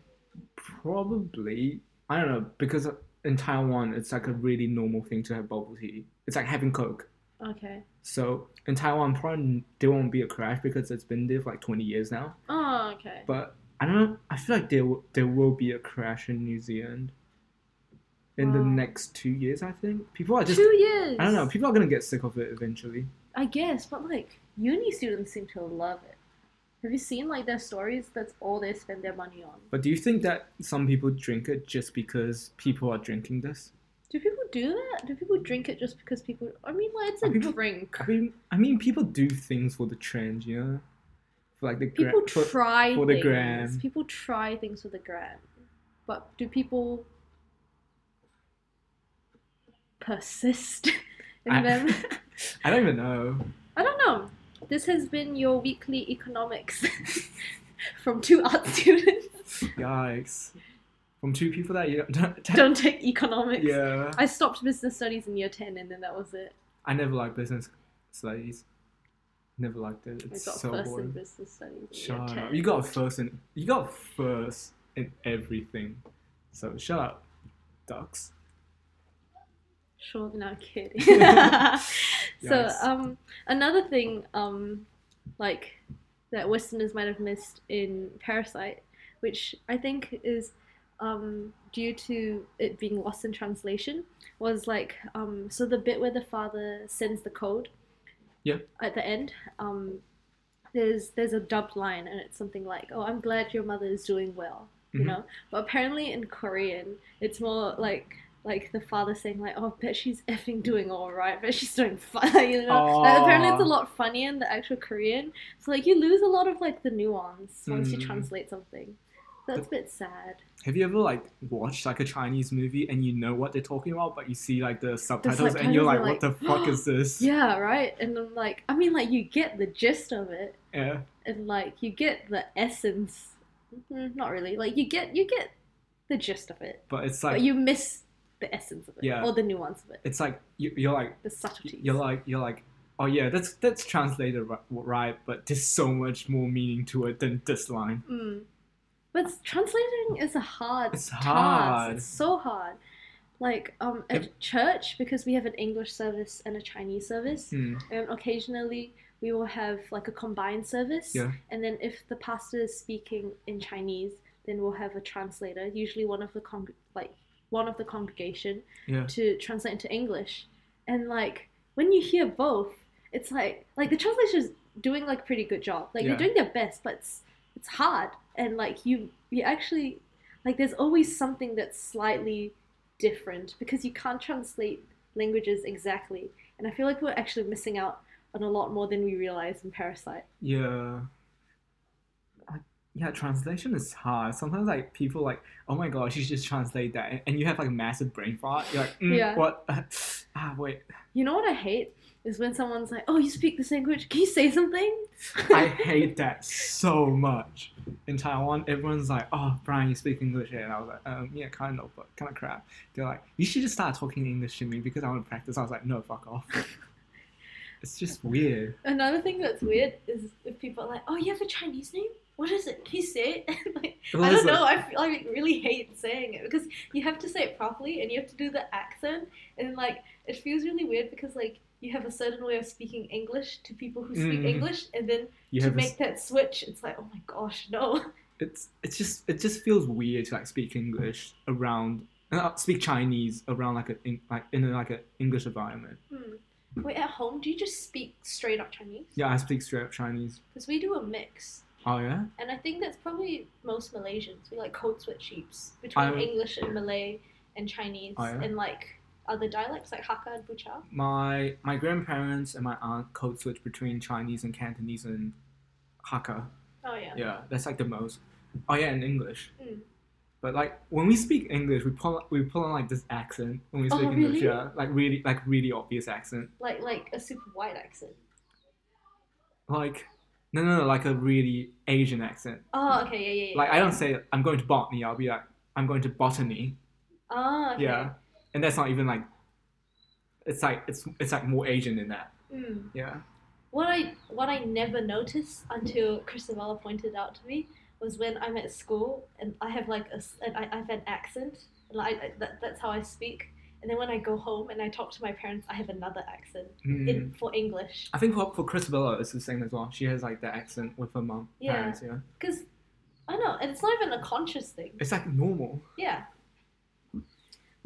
probably I don't know because in Taiwan it's like a really normal thing to have bubble tea. It's like having Coke. Okay. So in Taiwan, probably there won't be a crash because it's been there for like twenty years now. Oh, okay. But I don't. I feel like there will, there will be a crash in New Zealand in the Wow. next two years. I think people are just. Two years. I don't know. People are gonna get sick of it eventually. I guess, but like uni students seem to love it. Have you seen like their stories? That's all they spend their money on. But do you think that some people drink it just because people are drinking this? Do people do that? Do people drink it just because people? I mean, like it's a Are people- drink. I mean, I mean, people do things for the trend, you know, for like the gra- People for- try for the things. gram. People try things for the gram, but do people persist <laughs> in I- <laughs> them? <laughs> I don't even know. I don't know. This has been your weekly economics <laughs> from two art <laughs> students. Yikes! From two people that you <laughs> don't. Don't take economics. yeah, I stopped business studies in year 10 and then that was it. I never liked business studies. Never liked it. I It's got so first in boring. business studies in year Shut 10. up. You got first in you got first in everything. So shut up, ducks. Sure, no <laughs> kidding. <laughs> so, Yikes. um, another thing, um, like that Westerners might have missed in Parasite, which I think is um, due to it being lost in translation, was like um, so the bit where the father sends the code. Yeah. At the end, um, there's there's a dubbed line and it's something like, "Oh, I'm glad your mother is doing well," you Mhm. know. But apparently in Korean, it's more like like the father saying like, "Oh, bet she's effing doing all right, but she's doing <laughs> fine," you know. Like, apparently, it's a Aw. lot funnier in the actual Korean. So like, you lose a lot of like the nuance once you Mm. translate something. That's a bit sad. Have you ever like watched like a Chinese movie and you know what they're talking about, but you see like the subtitles, and you're subtitles like, are what the like, fuck <gasps> is this? Yeah, right. And I'm like, I mean, like you get the gist of it, Yeah. and like you get the essence. Mm, not really. Like you get you get the gist of it, But it's like but you miss the essence of it Yeah. or the nuance of it, it's like you, you're like the subtleties. you're like you're like oh yeah that's that's translated ri- right, but there's so much more meaning to it than this line. Mm. But s- translating is a hard It's task. hard. It's so hard. Like um, at church, because we have an English service and a Chinese service, Hmm. and occasionally we will have like a combined service. Yeah. And then if the pastor is speaking in Chinese, then we'll have a translator, usually one of the con- like one of the congregation, Yeah. to translate into English. And like when you hear both, it's like like the translator's doing like a pretty good job. Like Yeah. they're doing their best, but it's it's hard. And like you you actually like there's always something that's slightly different because you can't translate languages exactly. And I feel like we're actually missing out on a lot more than we realize in Parasite. Yeah. I, yeah, translation is hard. Sometimes like people like, oh my gosh, you should just translate that, and, and you have like massive brain fart. You're like, mm, Yeah. what? <laughs> ah, wait. You know what I hate is when someone's like, "Oh, you speak this language? Can you say something?" <laughs> I hate that so much. In Taiwan, everyone's like, oh, Brian, you speak English here, and I was like, um, yeah, kind of, but kind of crap. They're like, you should just start talking English to me because I want to practice. I was like, no, fuck off. <laughs> it's just weird. <laughs> Another thing that's weird is if people are like, "Oh, you have a Chinese name? What is it? Can you say it?" <laughs> like, I It's don't like- know. I feel, I really hate saying it because you have to say it properly and you have to do the accent and like it feels really weird because like you have a certain way of speaking English to people who speak Mm. English and then You to have a s- make that switch, it's like, oh my gosh, no. <laughs> it's it's just it just feels weird to like speak English around uh, speak Chinese around like a in, like in a, like an English environment. Hmm. Wait, at home, do you just speak straight up Chinese? Yeah, I speak straight up Chinese. Because we do a mix. Oh yeah, And I think that's probably most Malaysians. We like code switch heaps between I'm- English and Malay and Chinese Oh, yeah? and like other dialects like Hakka and Bucha. my my grandparents and my aunt code switch between Chinese and Cantonese and Hakka. Oh yeah. Yeah, that's like the most. Oh yeah, and English. Mm. But like when we speak English, we pull we pull on like this accent when we Oh, speak English. really? Yeah, like really like really obvious accent. Like like a super white accent. Mm. Like no no no like a really Asian accent. Oh okay, yeah, yeah, yeah. Like I don't say I'm going to botany. I'll be like I'm going to botany. Oh okay. Yeah, and that's not even like. It's like it's it's like more Asian than that. Mm. Yeah. What I what I never noticed until Christabella pointed out to me was when I'm at school and I have like a s- and I, I have an accent and like I, that, that's how I speak and then when I go home and I talk to my parents I have another accent Mm. in for English I think for for Christabella it's the same as well. She has like the accent with her mom. Yeah. Parents, yeah. because I know, and it's not even a conscious thing. It's like normal. Yeah.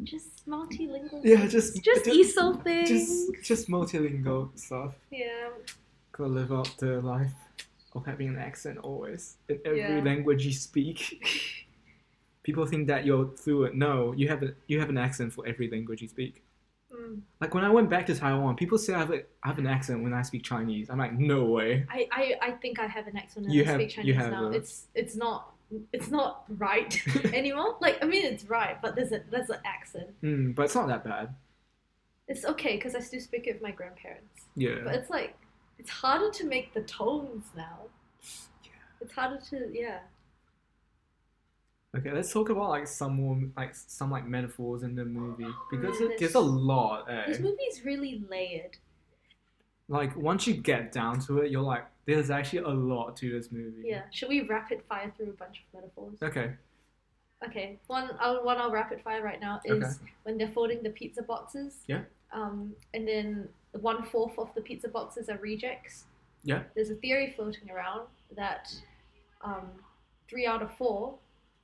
Just multilingual. Yeah, just Just ESO things. just just multilingual stuff. yeah. Gotta live up the life of having an accent always. In every Yeah. language you speak. <laughs> People think that you're fluent. No, you have a, you have an accent for every language you speak. Mm. Like when I went back to Taiwan, people say I have, a, I have an accent when I speak Chinese. I'm like, no way. I, I, I think I have an accent and You I have- speak you Chinese have now. a- It's it's not it's not <laughs> right <laughs> anymore. Like I mean it's right, but there's a there's an accent. Mm, but it's not that bad. It's okay because I still speak it with my grandparents. Yeah. But it's like it's harder to make the tones now. It's harder to yeah. Okay, let's talk about like some more like some like metaphors in the movie because it, Yes. there's a lot. Eh? This movie is really layered. Mm-hmm. Like once you get down to it, you're like, there's actually a lot to this movie. Yeah. Should we rapid fire through a bunch of metaphors? Okay. Okay, one I'll one I'll rapid fire right now is when they're folding the pizza boxes. Yeah. Um, and then one fourth of the pizza boxes are rejects. Yeah. There's a theory floating around that um, three out of four,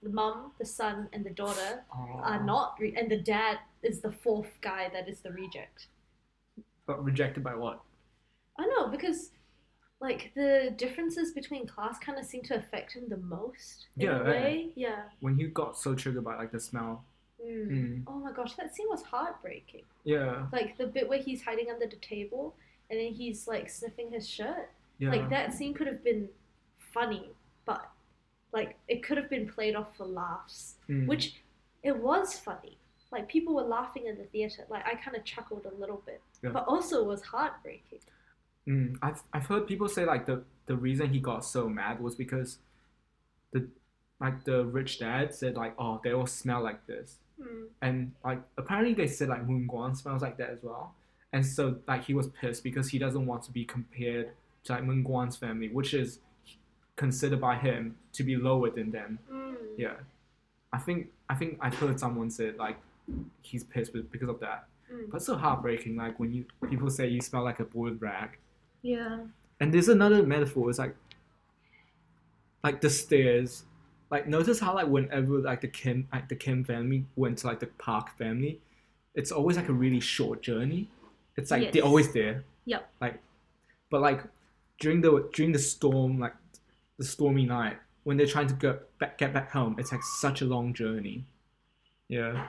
the mum, the son, and the daughter are Aw. not, re- and the dad is the fourth guy that is the reject. But rejected by what? I know because like the differences between class kind of seem to affect him the most in Yeah, a eh. way. Yeah. When he got so triggered by like the smell. Mm. Mm. Oh my gosh, that scene was heartbreaking. Yeah. like the bit where he's hiding under the table and then he's like sniffing his shirt Yeah. like that scene could have been funny but like it could have been played off for laughs Mm. which it was funny like people were laughing in the theater like i kind of chuckled a little bit Yeah. but also it was heartbreaking Mm, I've I've heard people say like the the reason he got so mad was because the like the rich dad said like oh they all smell like this Hmm. and like apparently they said like Moon Guan smells like that as well and so like he was pissed because he doesn't want to be compared to like Moon Guan's family which is considered by him to be lower than them Mm. yeah I think I think I've heard someone said like he's pissed with, because of that Mm. but it's so heartbreaking like when you people say you smell like a boiled rag yeah and there's another metaphor. It's like, like the stairs. Like notice how like whenever like the Kim like the Kim family went to like the Park family, it's always like a really short journey. It's like they're Yes. always there. Yep. Like, but like during the during the storm like the stormy night when they're trying to get back get back home, it's like such a long journey. Yeah.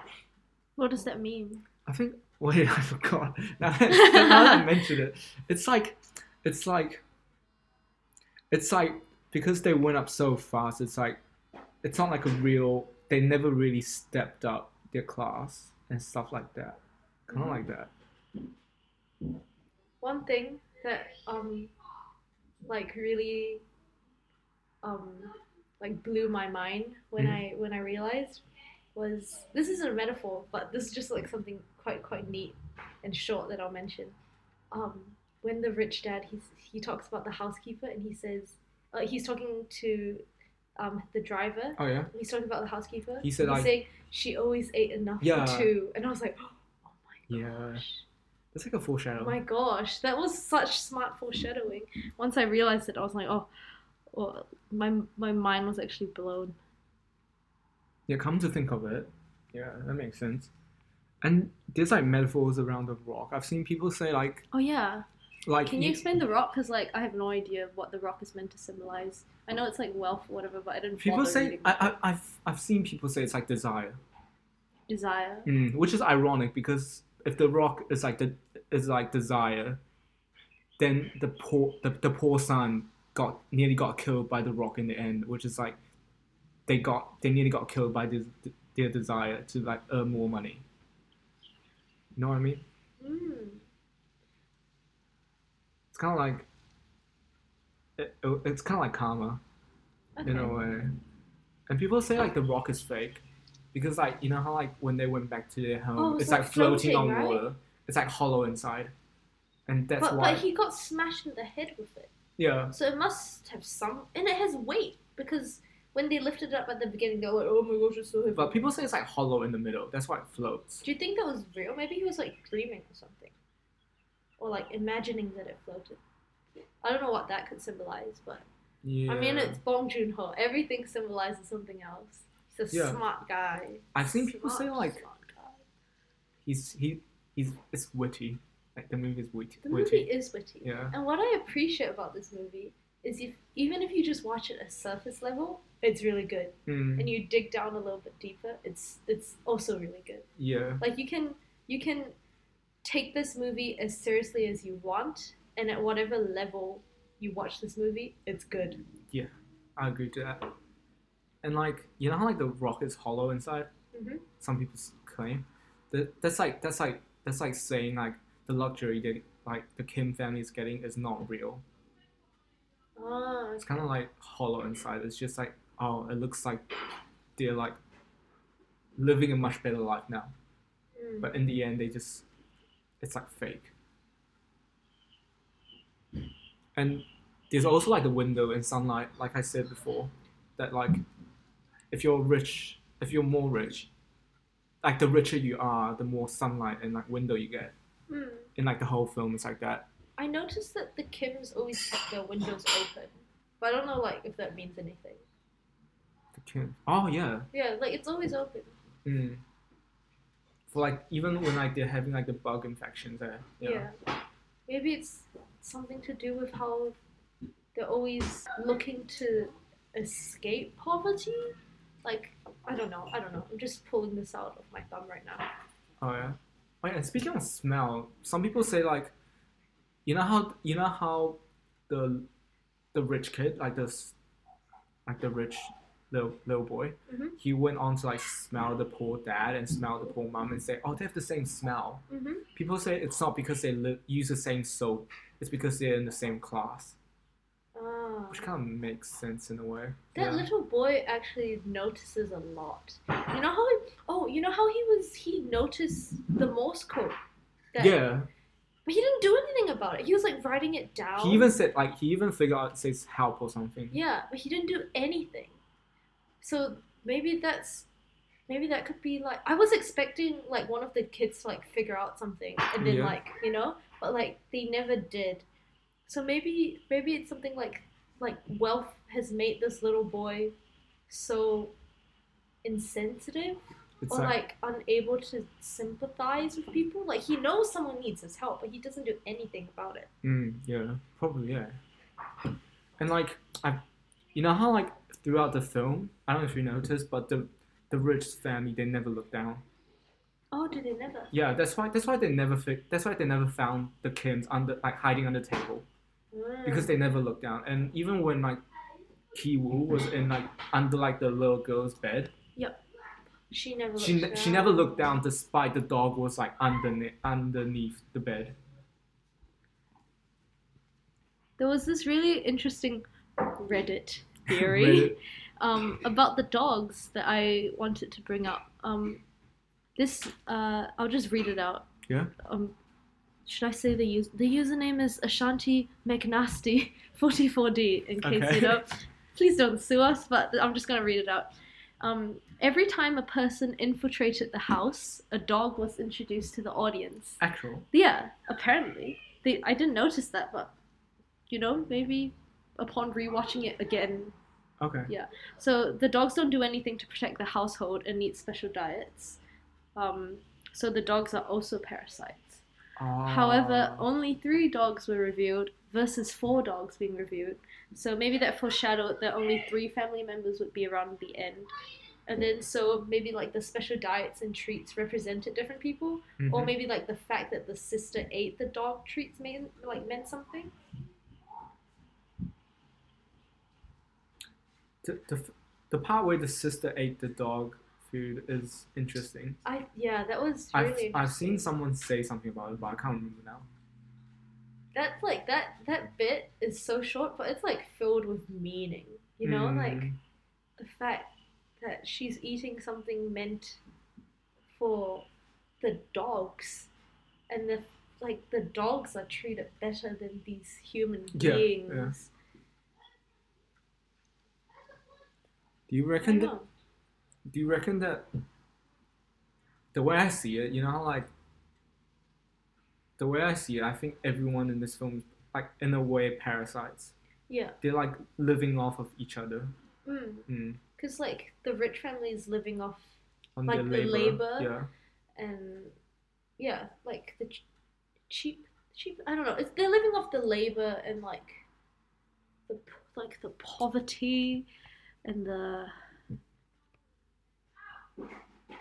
what does that mean I think. <laughs> Wait, I forgot. <laughs> Now that, now that I mentioned it, it's like, it's like, it's like because they went up so fast. It's like, it's not like a real. They never really stepped up their class and stuff like that. Kind of Mhm. like that. one thing that um like really um like blew my mind when Mhm. I when I realized was this isn't a metaphor, but this is just like something quite quite neat and short that I'll mention. Um, when the rich dad he he talks about the housekeeper and he says uh, he's talking to um, the driver. Oh yeah. He's talking about the housekeeper. He said, he's like- saying she always ate enough Yeah. for two, and I was like, <gasps> oh my Yeah. gosh. It's like a Oh foreshadow. my gosh, that was such smart foreshadowing. Once I realized it, I was like, oh, well, my my mind was actually blown. Yeah. Come to think of it. Yeah, that makes sense. And there's like metaphors around the rock. I've seen people say like, Oh yeah, like. can you explain the rock? Because like I have no idea what the rock is meant to symbolize. I know it's like wealth or whatever, but I didn't. People bother say reading I, I, I've I've seen people say it's like desire. desire. Mm, which is ironic because if the rock is like the is like desire, then the poor the, the poor son got nearly got killed by the rock in the end, which is like they got they nearly got killed by this, their desire to like earn more money. You know what I mean? Mm. It's kind of like it, it- it's kind of like karma Okay. in a way. And people say like the rock is fake because like you know how like when they went back to their home, Oh, it's, it's like, like floating, floating, on right? water. It's like hollow inside, and that's but why. but he got smashed in the head with it, Yeah, so it must have some, and it has weight because when they lifted it up at the beginning, they were like, oh my gosh, it's so heavy. but people say it's like hollow in the middle. That's why it floats. Do you think that was real? Maybe he was like dreaming or something, or like imagining that it floated. I don't know what that could symbolize, but Yeah. I mean, it's Bong Joon Ho. Everything symbolizes something else. He's a Yeah. smart guy. I've seen people say Smart, like smart guy. he's he he's it's witty. Like the movie is witty. the movie witty. is witty. Yeah. And what I appreciate about this movie is if even if you just watch it at surface level, it's really good. Mm, And you dig down a little bit deeper, it's it's also really good. yeah. Like you can you can take this movie as seriously as you want, and at whatever level you watch this movie, it's good. I agree to that. And like you know how like the rock is hollow inside. Mhm. Some people s- claim that that's like that's like that's like saying like the luxury that like the Kim family is getting is not real. Ah, It's kind of like hollow inside. It's just like oh, it looks like they're like living a much better life now, mm. but in the end they just it's like fake. And there's also like the window and sunlight, like I said before, that like if you're rich, if you're more rich, like the richer you are, the more sunlight and like window you get. Mm. In like the whole film, it's like that. I noticed that the Kims always kept their windows open, but I don't know like if that means anything. The Kim. Oh yeah. Yeah, like it's always open. Mm. For like even when like they're having like the bug infections there. you Yeah. know. Maybe it's something to do with how they're always looking to escape poverty. Like I don't know. I don't know. I'm just pulling this out of my thumb right now. Oh yeah. Oh, yeah, and speaking of smell, some people say like, you know how you know how the the rich kid like this like the rich little little boy, Mhm. he went on to like smell the poor dad and smell the poor mom and say, oh, they have the same smell. Mm-hmm. People say it's not because they li- use the same soap; it's because they're in the same class, Ah. which kind of makes sense in a way. That yeah. little boy actually notices a lot. You know how? He, oh, you know how he was. He noticed the Morse code. That yeah. But he didn't do anything about it. He was like writing it down. He even said like he even figured out says help or something. Yeah, but he didn't do anything. So maybe that's maybe that could be like I was expecting like one of the kids to like figure out something and then Yeah. like, you know, but like they never did. So maybe maybe it's something like like wealth has made this little boy so insensitive It's or like, like unable to sympathize with people. Like he knows someone needs his help, but he doesn't do anything about it. Mm, yeah, probably yeah. And like I, you know how like throughout the film, I don't know if you noticed, but the the rich family they never look down. Oh, do they never? Yeah, that's why that's why they never fi- that's why they never found the Kims under like hiding under table Mm. because they never looked down. And even when like Ki Woo was in like under like the little girl's bed, She never. she ne- she never looked down despite the dog was like underneath underneath the bed. There was this really interesting <laughs> Reddit theory um, about the dogs that I wanted to bring up. Um, this uh, I'll just read it out. Yeah. Um, should I say the use the username is Ashanti McNasty <laughs> 44D in case Okay. you know. Please don't sue us, but I'm just gonna read it out. Um, every time a person infiltrated the house, a dog was introduced to the audience. Actual. Yeah, apparently. They, I didn't notice that, but you know, maybe upon rewatching it again. Okay. So the dogs don't do anything to protect the household and need special diets. Um, so the dogs are also parasites. However, Ah. only three dogs were revealed versus four dogs being revealed. So maybe that foreshadowed that only three family members would be around at the end. And then so maybe like the special diets and treats represented different people or Mhm. maybe like the fact that the sister ate the dog treats mean like meant something. the, the, f- the part where the sister ate the dog food is interesting. I yeah, that was I've, really interesting. I've seen someone say something about it, but I can't remember now. that like that that bit is so short, but it's like filled with meaning. You know, like Mm, the fact that she's eating something meant for the dogs, and the like the dogs are treated better than these human Yeah, yeah. beings. do you I reckon that? know. Do you reckon that? The way I see it, you know, how, like the way I see it, I think everyone in this film, is, like in a way, parasites. Yeah. They're like living off of each other Mm. mm, Cause like the rich family is living off on Like their the labor. labor. Yeah, and yeah, like the ch- cheap cheap. I don't know. It's, they're living off the labor and like the p- like the poverty and the <laughs>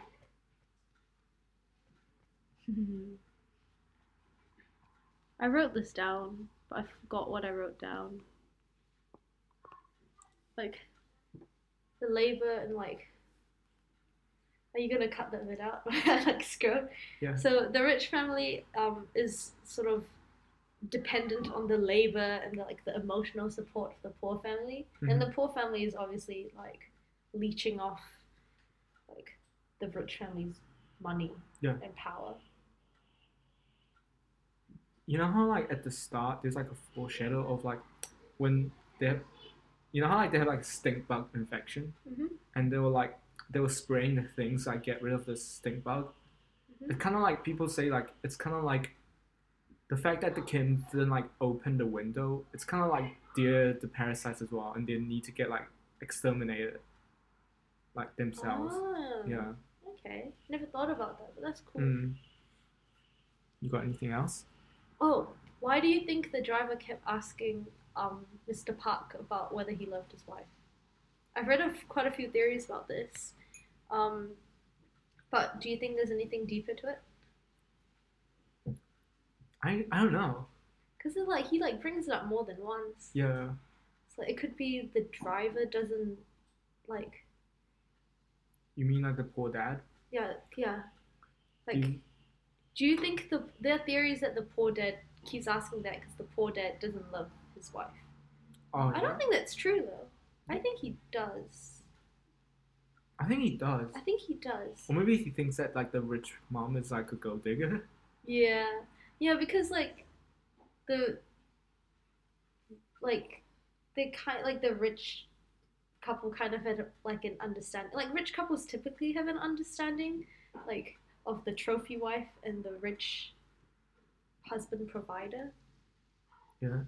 I wrote this down, but I forgot what I wrote down. Like the labor and like are you gonna cut that bit out? <laughs> like scroll. Yeah. So the rich family um, is sort of dependent on the labor and the, like the emotional support for the poor family, and Mm-hmm. the poor family is obviously like leeching off like the rich family's money Yeah. and power. you know how like at the start there's like a foreshadow of like when they have, you know how like they had like stink bug infection Mhm. and they were like they were spraying the things like get rid of the stink bug Mhm. it's kind of like people say like it's kind of like the fact that the kim didn't like open the window it's kind of like they're the parasites as well and they need to get like exterminated like themselves Ah, yeah Okay. Never thought about that, but that's cool. mm. you got anything else Oh, why do you think the driver kept asking um, Mr. Park about whether he loved his wife? I've read of quite a few theories about this, um, but do you think there's anything deeper to it? i i don't know Because like he like brings it up more than once. yeah So it could be the driver doesn't like you mean like the poor dad yeah yeah like. You- Do you think the their theory is that the poor dad keeps asking that because the poor dad doesn't love his wife? Oh, I don't think that's true though. I think he does. I think he does. I think he does. Or maybe he thinks that like the rich mom is like a gold digger. <laughs> Yeah, yeah, because like the like they kind like the rich couple kind of had like an understanding. Like rich couples typically have an understanding, like of the trophy wife and the rich husband provider. Yeah.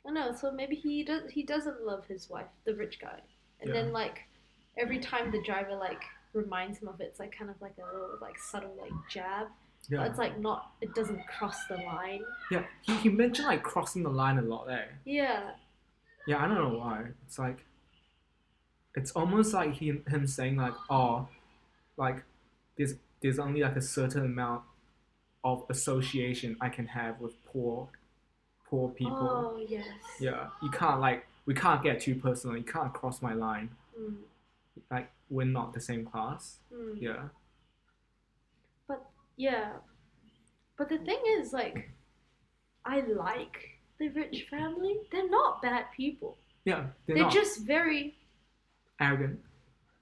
I don't know. So maybe he does. He doesn't love his wife, the rich guy, and Yeah. then like every time the driver like reminds him of it, it's like kind of like a little like subtle like jab. Yeah. It's like not, it doesn't cross the line. yeah. He, he mentioned like crossing the line a lot there. Yeah, Yeah, I don't know why. It's like it's almost like him him saying like, oh, like there's there's only like a certain amount of association I can have with poor poor people. Oh, yes. Yeah. You can't like we can't get too personal. You can't cross my line. Mm, Like we're not the same class. mm. Yeah. Yeah. But the thing is, like, I like the rich family. They're not bad people. Yeah. They're, They're not just very arrogant.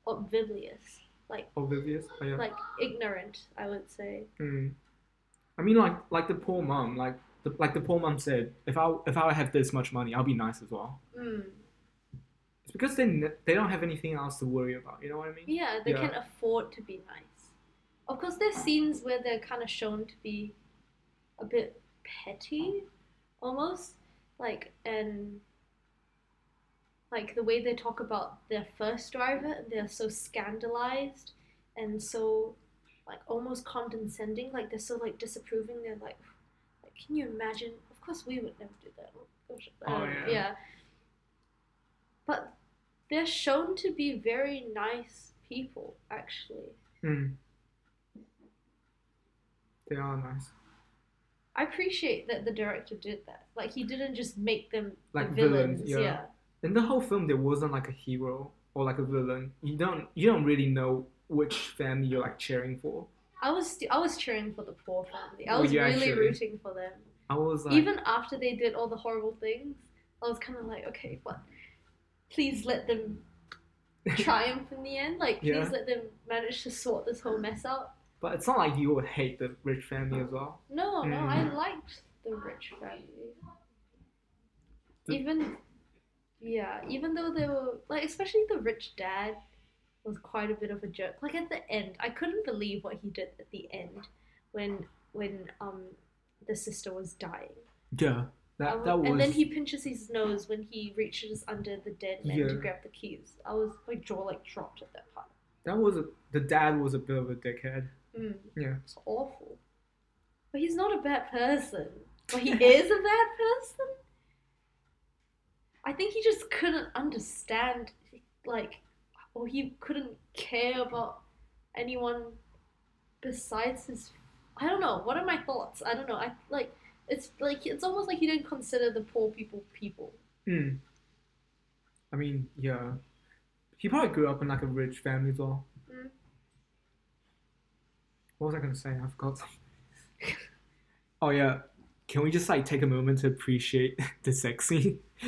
oblivious, like, Oblivious. Oh, yeah. like ignorant. I would say. Mm. I mean, like like the poor mom, like the, like the poor mom said, if I if I had this much money, I'll be nice as well. Mm. It's because they n- they don't have anything else to worry about. You know what I mean? Yeah, they Yeah. can afford to be nice. Of course, there's scenes where they're kind of shown to be a bit petty, almost like and like the way they talk about their first driver. They're so scandalized and so like almost condescending. Like they're so like disapproving. They're like, like can you imagine? Of course, we would never do that. Gosh, Oh, um, yeah. yeah. But they're shown to be very nice people, actually. Mm. They are nice, I appreciate that the director did that. Like he didn't just make them like the villains. villains. yeah. yeah. In the whole film, there wasn't like a hero or like a villain. You don't you don't really know which family you're like cheering for. I was st- I was cheering for the poor family. I Were was you really actually? rooting for them. I was like, Even after they did all the horrible things, I was kind of like, okay, what? Please let them <laughs> triumph in the end. Like, please Yeah. let them manage to sort this whole mess out. but it's not like you would hate the rich family as well. No, no, I Mm. liked the rich family. The- Even, yeah, even though they were like, especially the rich dad was quite a bit of a jerk. Like at the end, I couldn't believe what he did at the end when when um the sister was dying. Yeah, I That was- that was and then he pinches his nose when he reaches under the dead man to Yeah. grab the keys. I was my jaw like dropped at that part. that was a, the dad was a bit of a dickhead. Mm, Yeah. it's awful. But he's not a bad person. But he is a bad person. I think he just couldn't understand, like, or he couldn't care about anyone besides his. I don't know. What are my thoughts? I don't know. I like. It's like it's almost like he didn't consider the poor people people. Mm. I mean, yeah. He probably grew up in like a rich family as well. Mm. What was I gonna say? I forgot. <laughs> oh yeah. Can we just like take a moment to appreciate <laughs> the sex scene <laughs>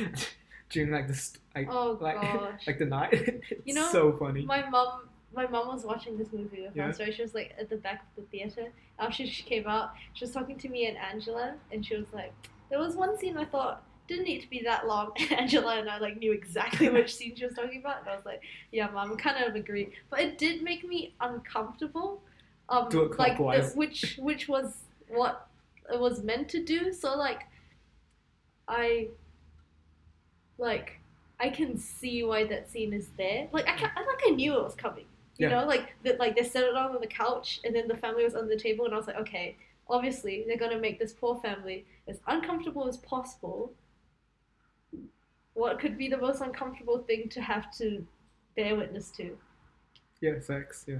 during like the st- like Oh like, gosh. like the night? <laughs> It's You know, so funny. My mum, my mum was watching this movie with Yeah. us, right? She was like at the back of the theater. After she came out, she was talking to me and Angela, and she was like, "There was one scene I thought didn't need to be that long." <laughs> Angela and I like knew exactly which scene she was talking about, and I was like, "Yeah, mum, kind of agree." But it did make me uncomfortable. Um, Do it like the, clockwise. <laughs> which which was what it was meant to do. So like, I like I can see why that scene is there. Like I, can, I like I knew it was coming. You Yeah. know, like that, like they set it on on the couch, and then the family was under the table, and I was like, okay, obviously they're gonna make this poor family as uncomfortable as possible. What could be the most uncomfortable thing to have to bear witness to? Yeah, sex, yeah.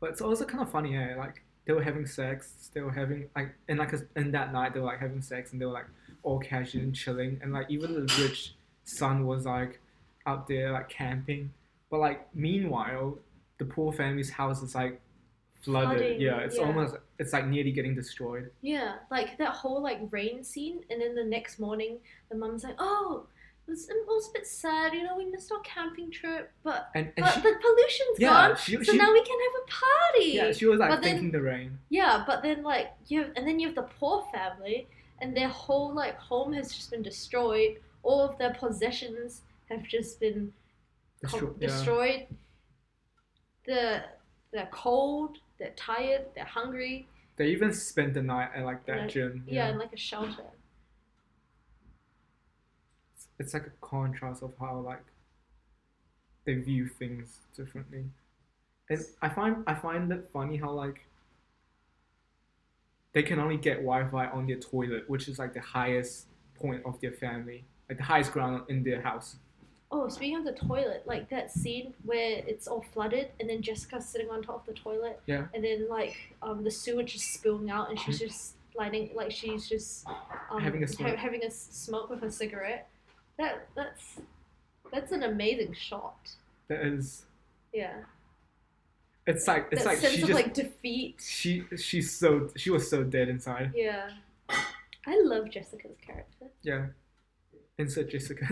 But it's also kind of funny, eh? Like they were having sex, they were having like and like in that night they were like having sex and they were like all casual and chilling and like even the rich son was like out there like camping. But like meanwhile, the poor family's house is like flooded. Flooding, yeah, it's yeah. almost it's like nearly getting destroyed. Yeah, like that whole like rain scene, and then the next morning, the mum's like, oh. It was, it was a bit sad, you know. We missed our camping trip, but And and but she, the pollution's gone. yeah, she, So she, now we can have a party. yeah, she was like but then- thinking the rain. Yeah, but then like you have, and then you have the poor family, and their whole like home has just been destroyed. All of their possessions have just been com- Destro- yeah. destroyed. The they're cold. They're tired. They're hungry. They even spent the night at like that Like, gym. Yeah, in like a shelter. it's like a contrast of how like they view things differently. And I find I find it funny how like they can only get Wi-Fi on their toilet, which is like the highest point of their family, like the highest ground in their house. Oh, speaking of the toilet, like that scene where it's all flooded, and then Jessica's sitting on top of the toilet, Yeah. and then like um, the sewage is spilling out, and she's just lighting, like she's just um, Mm-hmm. Having a ha- smoke. having a s- smoke with a cigarette. That that's that's an amazing shot. That is, Yeah, it's like it's that like sense she of just like defeat. she she's so she was so dead inside. Yeah, I love Jessica's character. Yeah. Insert Jessica.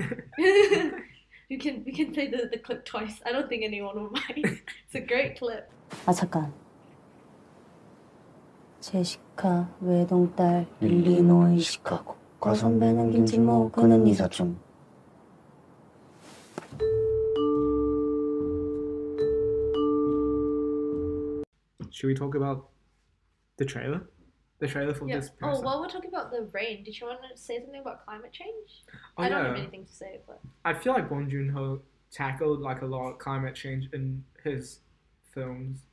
you can <laughs> we can play the, the clip twice. I don't think anyone will mind. <laughs> it's a great clip. 아 잠깐 제시카 외동딸 일리노이 시카고 과선배는 김지모 그는 이사중 <laughs> Should we talk about the trailer? The trailer for Yeah. this Oh, person. while we're talking about the rain, did you want to say something about climate change? Oh, I don't yeah. have anything to say, but I feel like Bong Joon Ho tackled like a lot of climate change in his films.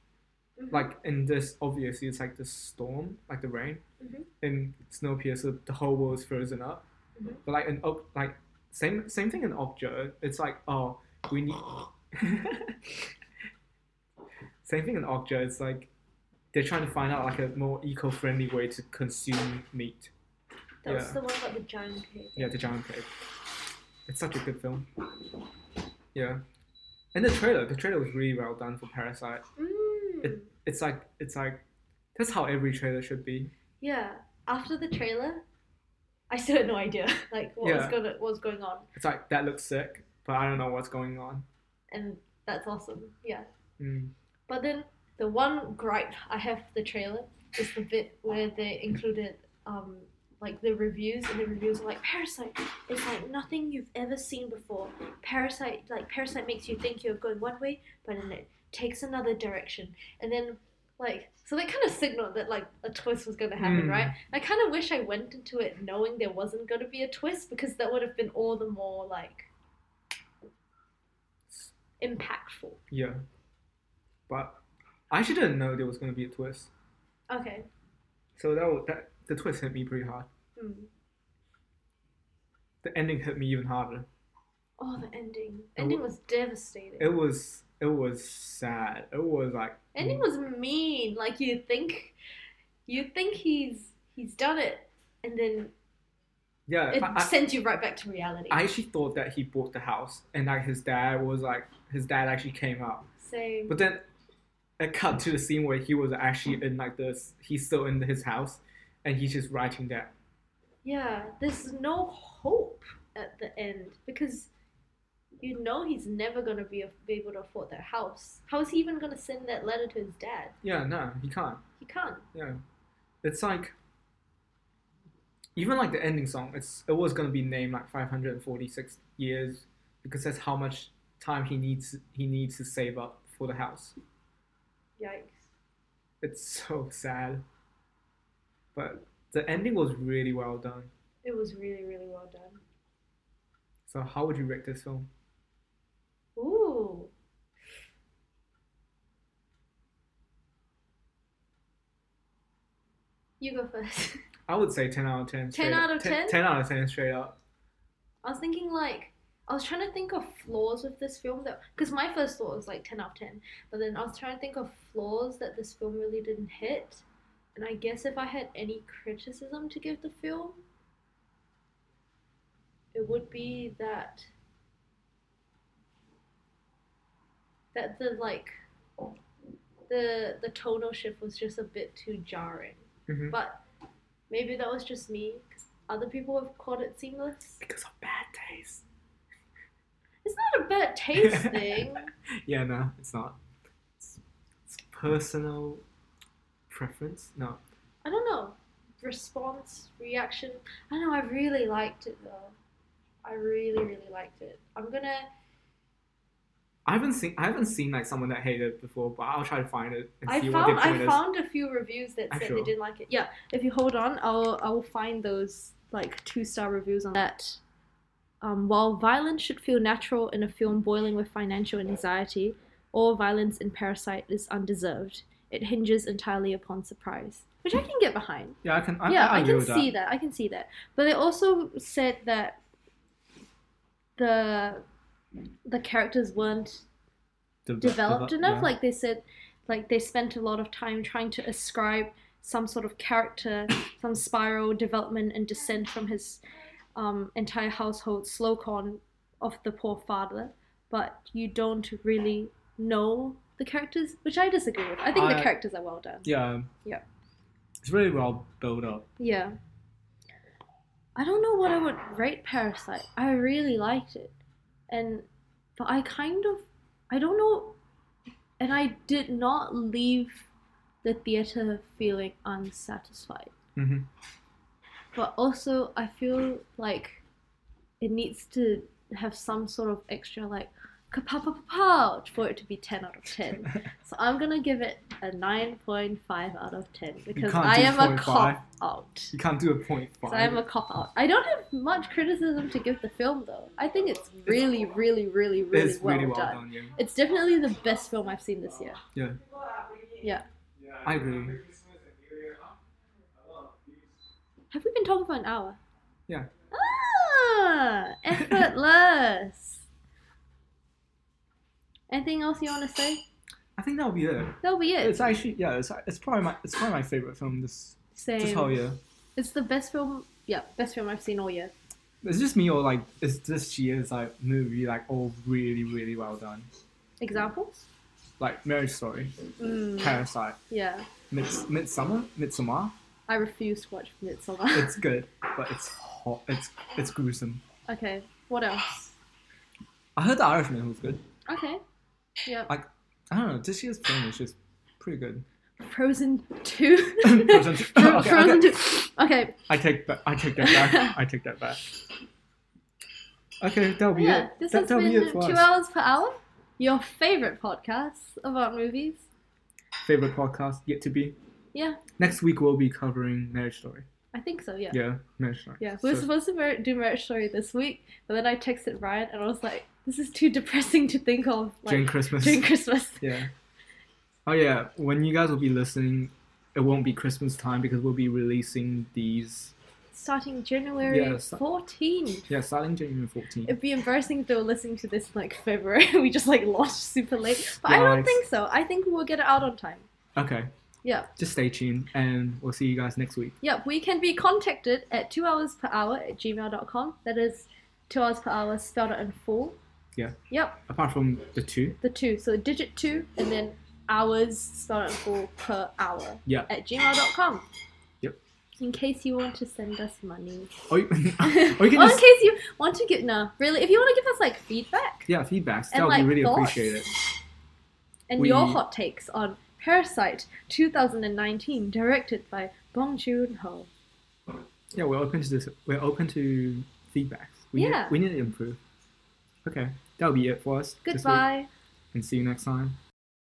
Mhm. Like in this, obviously, it's like the storm, like the rain. Mhm. In Snowpiercer, the whole world is frozen up. Mhm. But like in Ok- like same same thing in Okja. It's like oh we need. <laughs> same thing in Okja. It's like they're trying to find out like a more eco-friendly way to consume meat. that was Yeah. the one about the giant cave. Yeah, the giant cave. It's such a good film. Yeah. And the trailer, the trailer was really well done for Parasite. Mm. It's like it's like that's how every trailer should be. Yeah. After the trailer, I still had no idea <laughs> like what was Yeah. going what was going on, It's like that looks sick, but I don't know what's going on. and that's awesome. Yeah. Mm. But then the one gripe I have with the trailer is the bit where they included um like the reviews and the reviews are like Parasite is like nothing you've ever seen before. Parasite like Parasite makes you think you're going one way, but then it takes another direction. And then Like, so that kind of signaled that like a twist was going to happen, Mm. right? I kind of wish I went into it knowing there wasn't going to be a twist because that would have been all the more like impactful. Yeah. But I actually didn't know there was going to be a twist. Okay. So that, wa- that the twist hit me pretty hard. Hmm. The ending hit me even harder. Oh, the ending. It Ending wa- was devastating. It was it was sad. It was like mm. And he was mean. Like you think, you think he's he's done it, and then yeah. it I, I- sends you right back to reality. I actually thought that he bought the house and like his dad was like his dad actually came out. Same. But then it cut to the scene where he was actually in like this he's still in his house and he's just writing that. yeah, there's no hope at the end because you know he's never gonna be, a- be able to afford that house. How is he even gonna send that letter to his dad? Yeah, no, he can't. He can't. Yeah. It's like even like the ending song, it's it was gonna be named like five hundred and forty six years because that's how much time he needs he needs to save up for the house. Yikes. It's so sad. But the ending was really well done. It was really really well done. So how would you rate this film? Ooh. You go first. <laughs> I would say ten out of ten. straight out up. of Ten- 10? Ten out of ten straight up. I was thinking like I was trying to think of flaws with this film that because my first thought was like ten out of ten, but then I was trying to think of flaws that this film really didn't hit. And I guess if I had any criticism to give the film, it would be that that the like the the tonal shift was just a bit too jarring. Mhm. But maybe that was just me. 'cause Other people have called it seamless. Because of bad taste. It's not a bad taste thing. Yeah, no, it's not. It's, it's personal preference. No. I don't know. Response, reaction. I don't know. I really liked it though. I really, really liked it. I'm gonna. I haven't seen I haven't seen like someone that hated it before, but I'll try to find it and I see what found. their point I is. found a few reviews that I'm said sure. they didn't like it. Yeah. If you hold on, I'll I'll find those like two star reviews on that. Um, while violence should feel natural in a film boiling with financial anxiety, all violence in Parasite is undeserved. It hinges entirely upon surprise, which I can get behind. Yeah, I can. I, yeah, I, agree can with see that. I can see that. But they also said that the the characters weren't De- developed devel- enough. yeah. Like they said, like they spent a lot of time trying to ascribe some sort of character, some spiral development and descent from his um, entire household, slow con of the poor father. But you don't really know the characters, which I disagree with. I think the I- characters are well done. yeah, Yeah. it's really well built up. Yeah. I don't know what I would rate Parasite. I really liked it. And but I kind of I don't know and I did not leave the theater feeling unsatisfied. hmm But also I feel like it needs to have some sort of extra like kapow for it to be 10 out of <laughs> 10 so i'm gonna give it a 9.5 out of 10 because can't i do am a 0.5. cop out You can't do a point five. so I'm a cop out. I don't have much criticism to give the film though. I think it's really, really, really, really, it's well, really well done. done. yeah. It's definitely the best film I've seen this year. Yeah. Yeah. I agree. Have we been talking for an hour? Yeah. Ah, effortless. <laughs> Anything else you want to say? I think that'll be it. That'll be it. It's actually yeah. It's it's probably my it's probably my favorite film this Same. this whole year. It's the best film. Yeah, best film I've seen all year. It's just me or like it's this year's like movie like all really really well done. Examples? Like Marriage Story, Mm, Parasite, yeah. Mids- Midsummer, Midsommar. I refuse to watch Midsommar. It's good, but it's hot. It's it's gruesome. <laughs> okay. What else? I heard The Irishman was good. Okay. Yeah. I don't know. This year's film is just pretty good. Frozen Two. <laughs> Frozen two. Oh, Fro- Okay, Frozen okay. Two. Okay. I take that. I take that back. I take <laughs> that back. Okay, that'll be Yeah. it. This That, has that'll be been it two for us. hours per hour. Your favorite podcast about movies favorite podcast yet to be. Yeah, Next week we'll be covering Marriage Story. I think so. Yeah. Yeah, Marriage Story. Yeah, we were So- supposed to mar- do marriage story this week, but then I texted Ryan and I was like, "This is too depressing to think of." Like, during Christmas. during Christmas. <laughs> yeah. Oh yeah, when you guys will be listening, it won't be Christmas time because we'll be releasing these. starting January Yeah, so- 14. Yeah, starting January 14th. It'd be embarrassing if they were listening to this in like February. <laughs> we just like launched super late. But I Yikes. don't think so. I think we'll get it out on time. Okay, Yeah. just stay tuned, and we'll see you guys next week. Yeah. We can be contacted at two hours per hour at gmail.com. That is two hours per hour spelled out in full. Yeah. Yep. Apart from the two. The two. So digit two and then hours spelled out in full per hour Yeah. at gmail.com. Yep. In case you want to send us money. Or Oh, you, <laughs> or you or can in just case you want to get, no, really, if you want to give us like feedback, yeah feedbacks. That and, would be like, really thoughts. appreciate it. and We- your hot takes on Parasite 2019, directed by Bong Joon Ho. Yeah, we're open to this. We're open to feedbacks. We Yeah. Need, we need to improve. Okay, that'll be it for us. this week, Goodbye. and see you next time.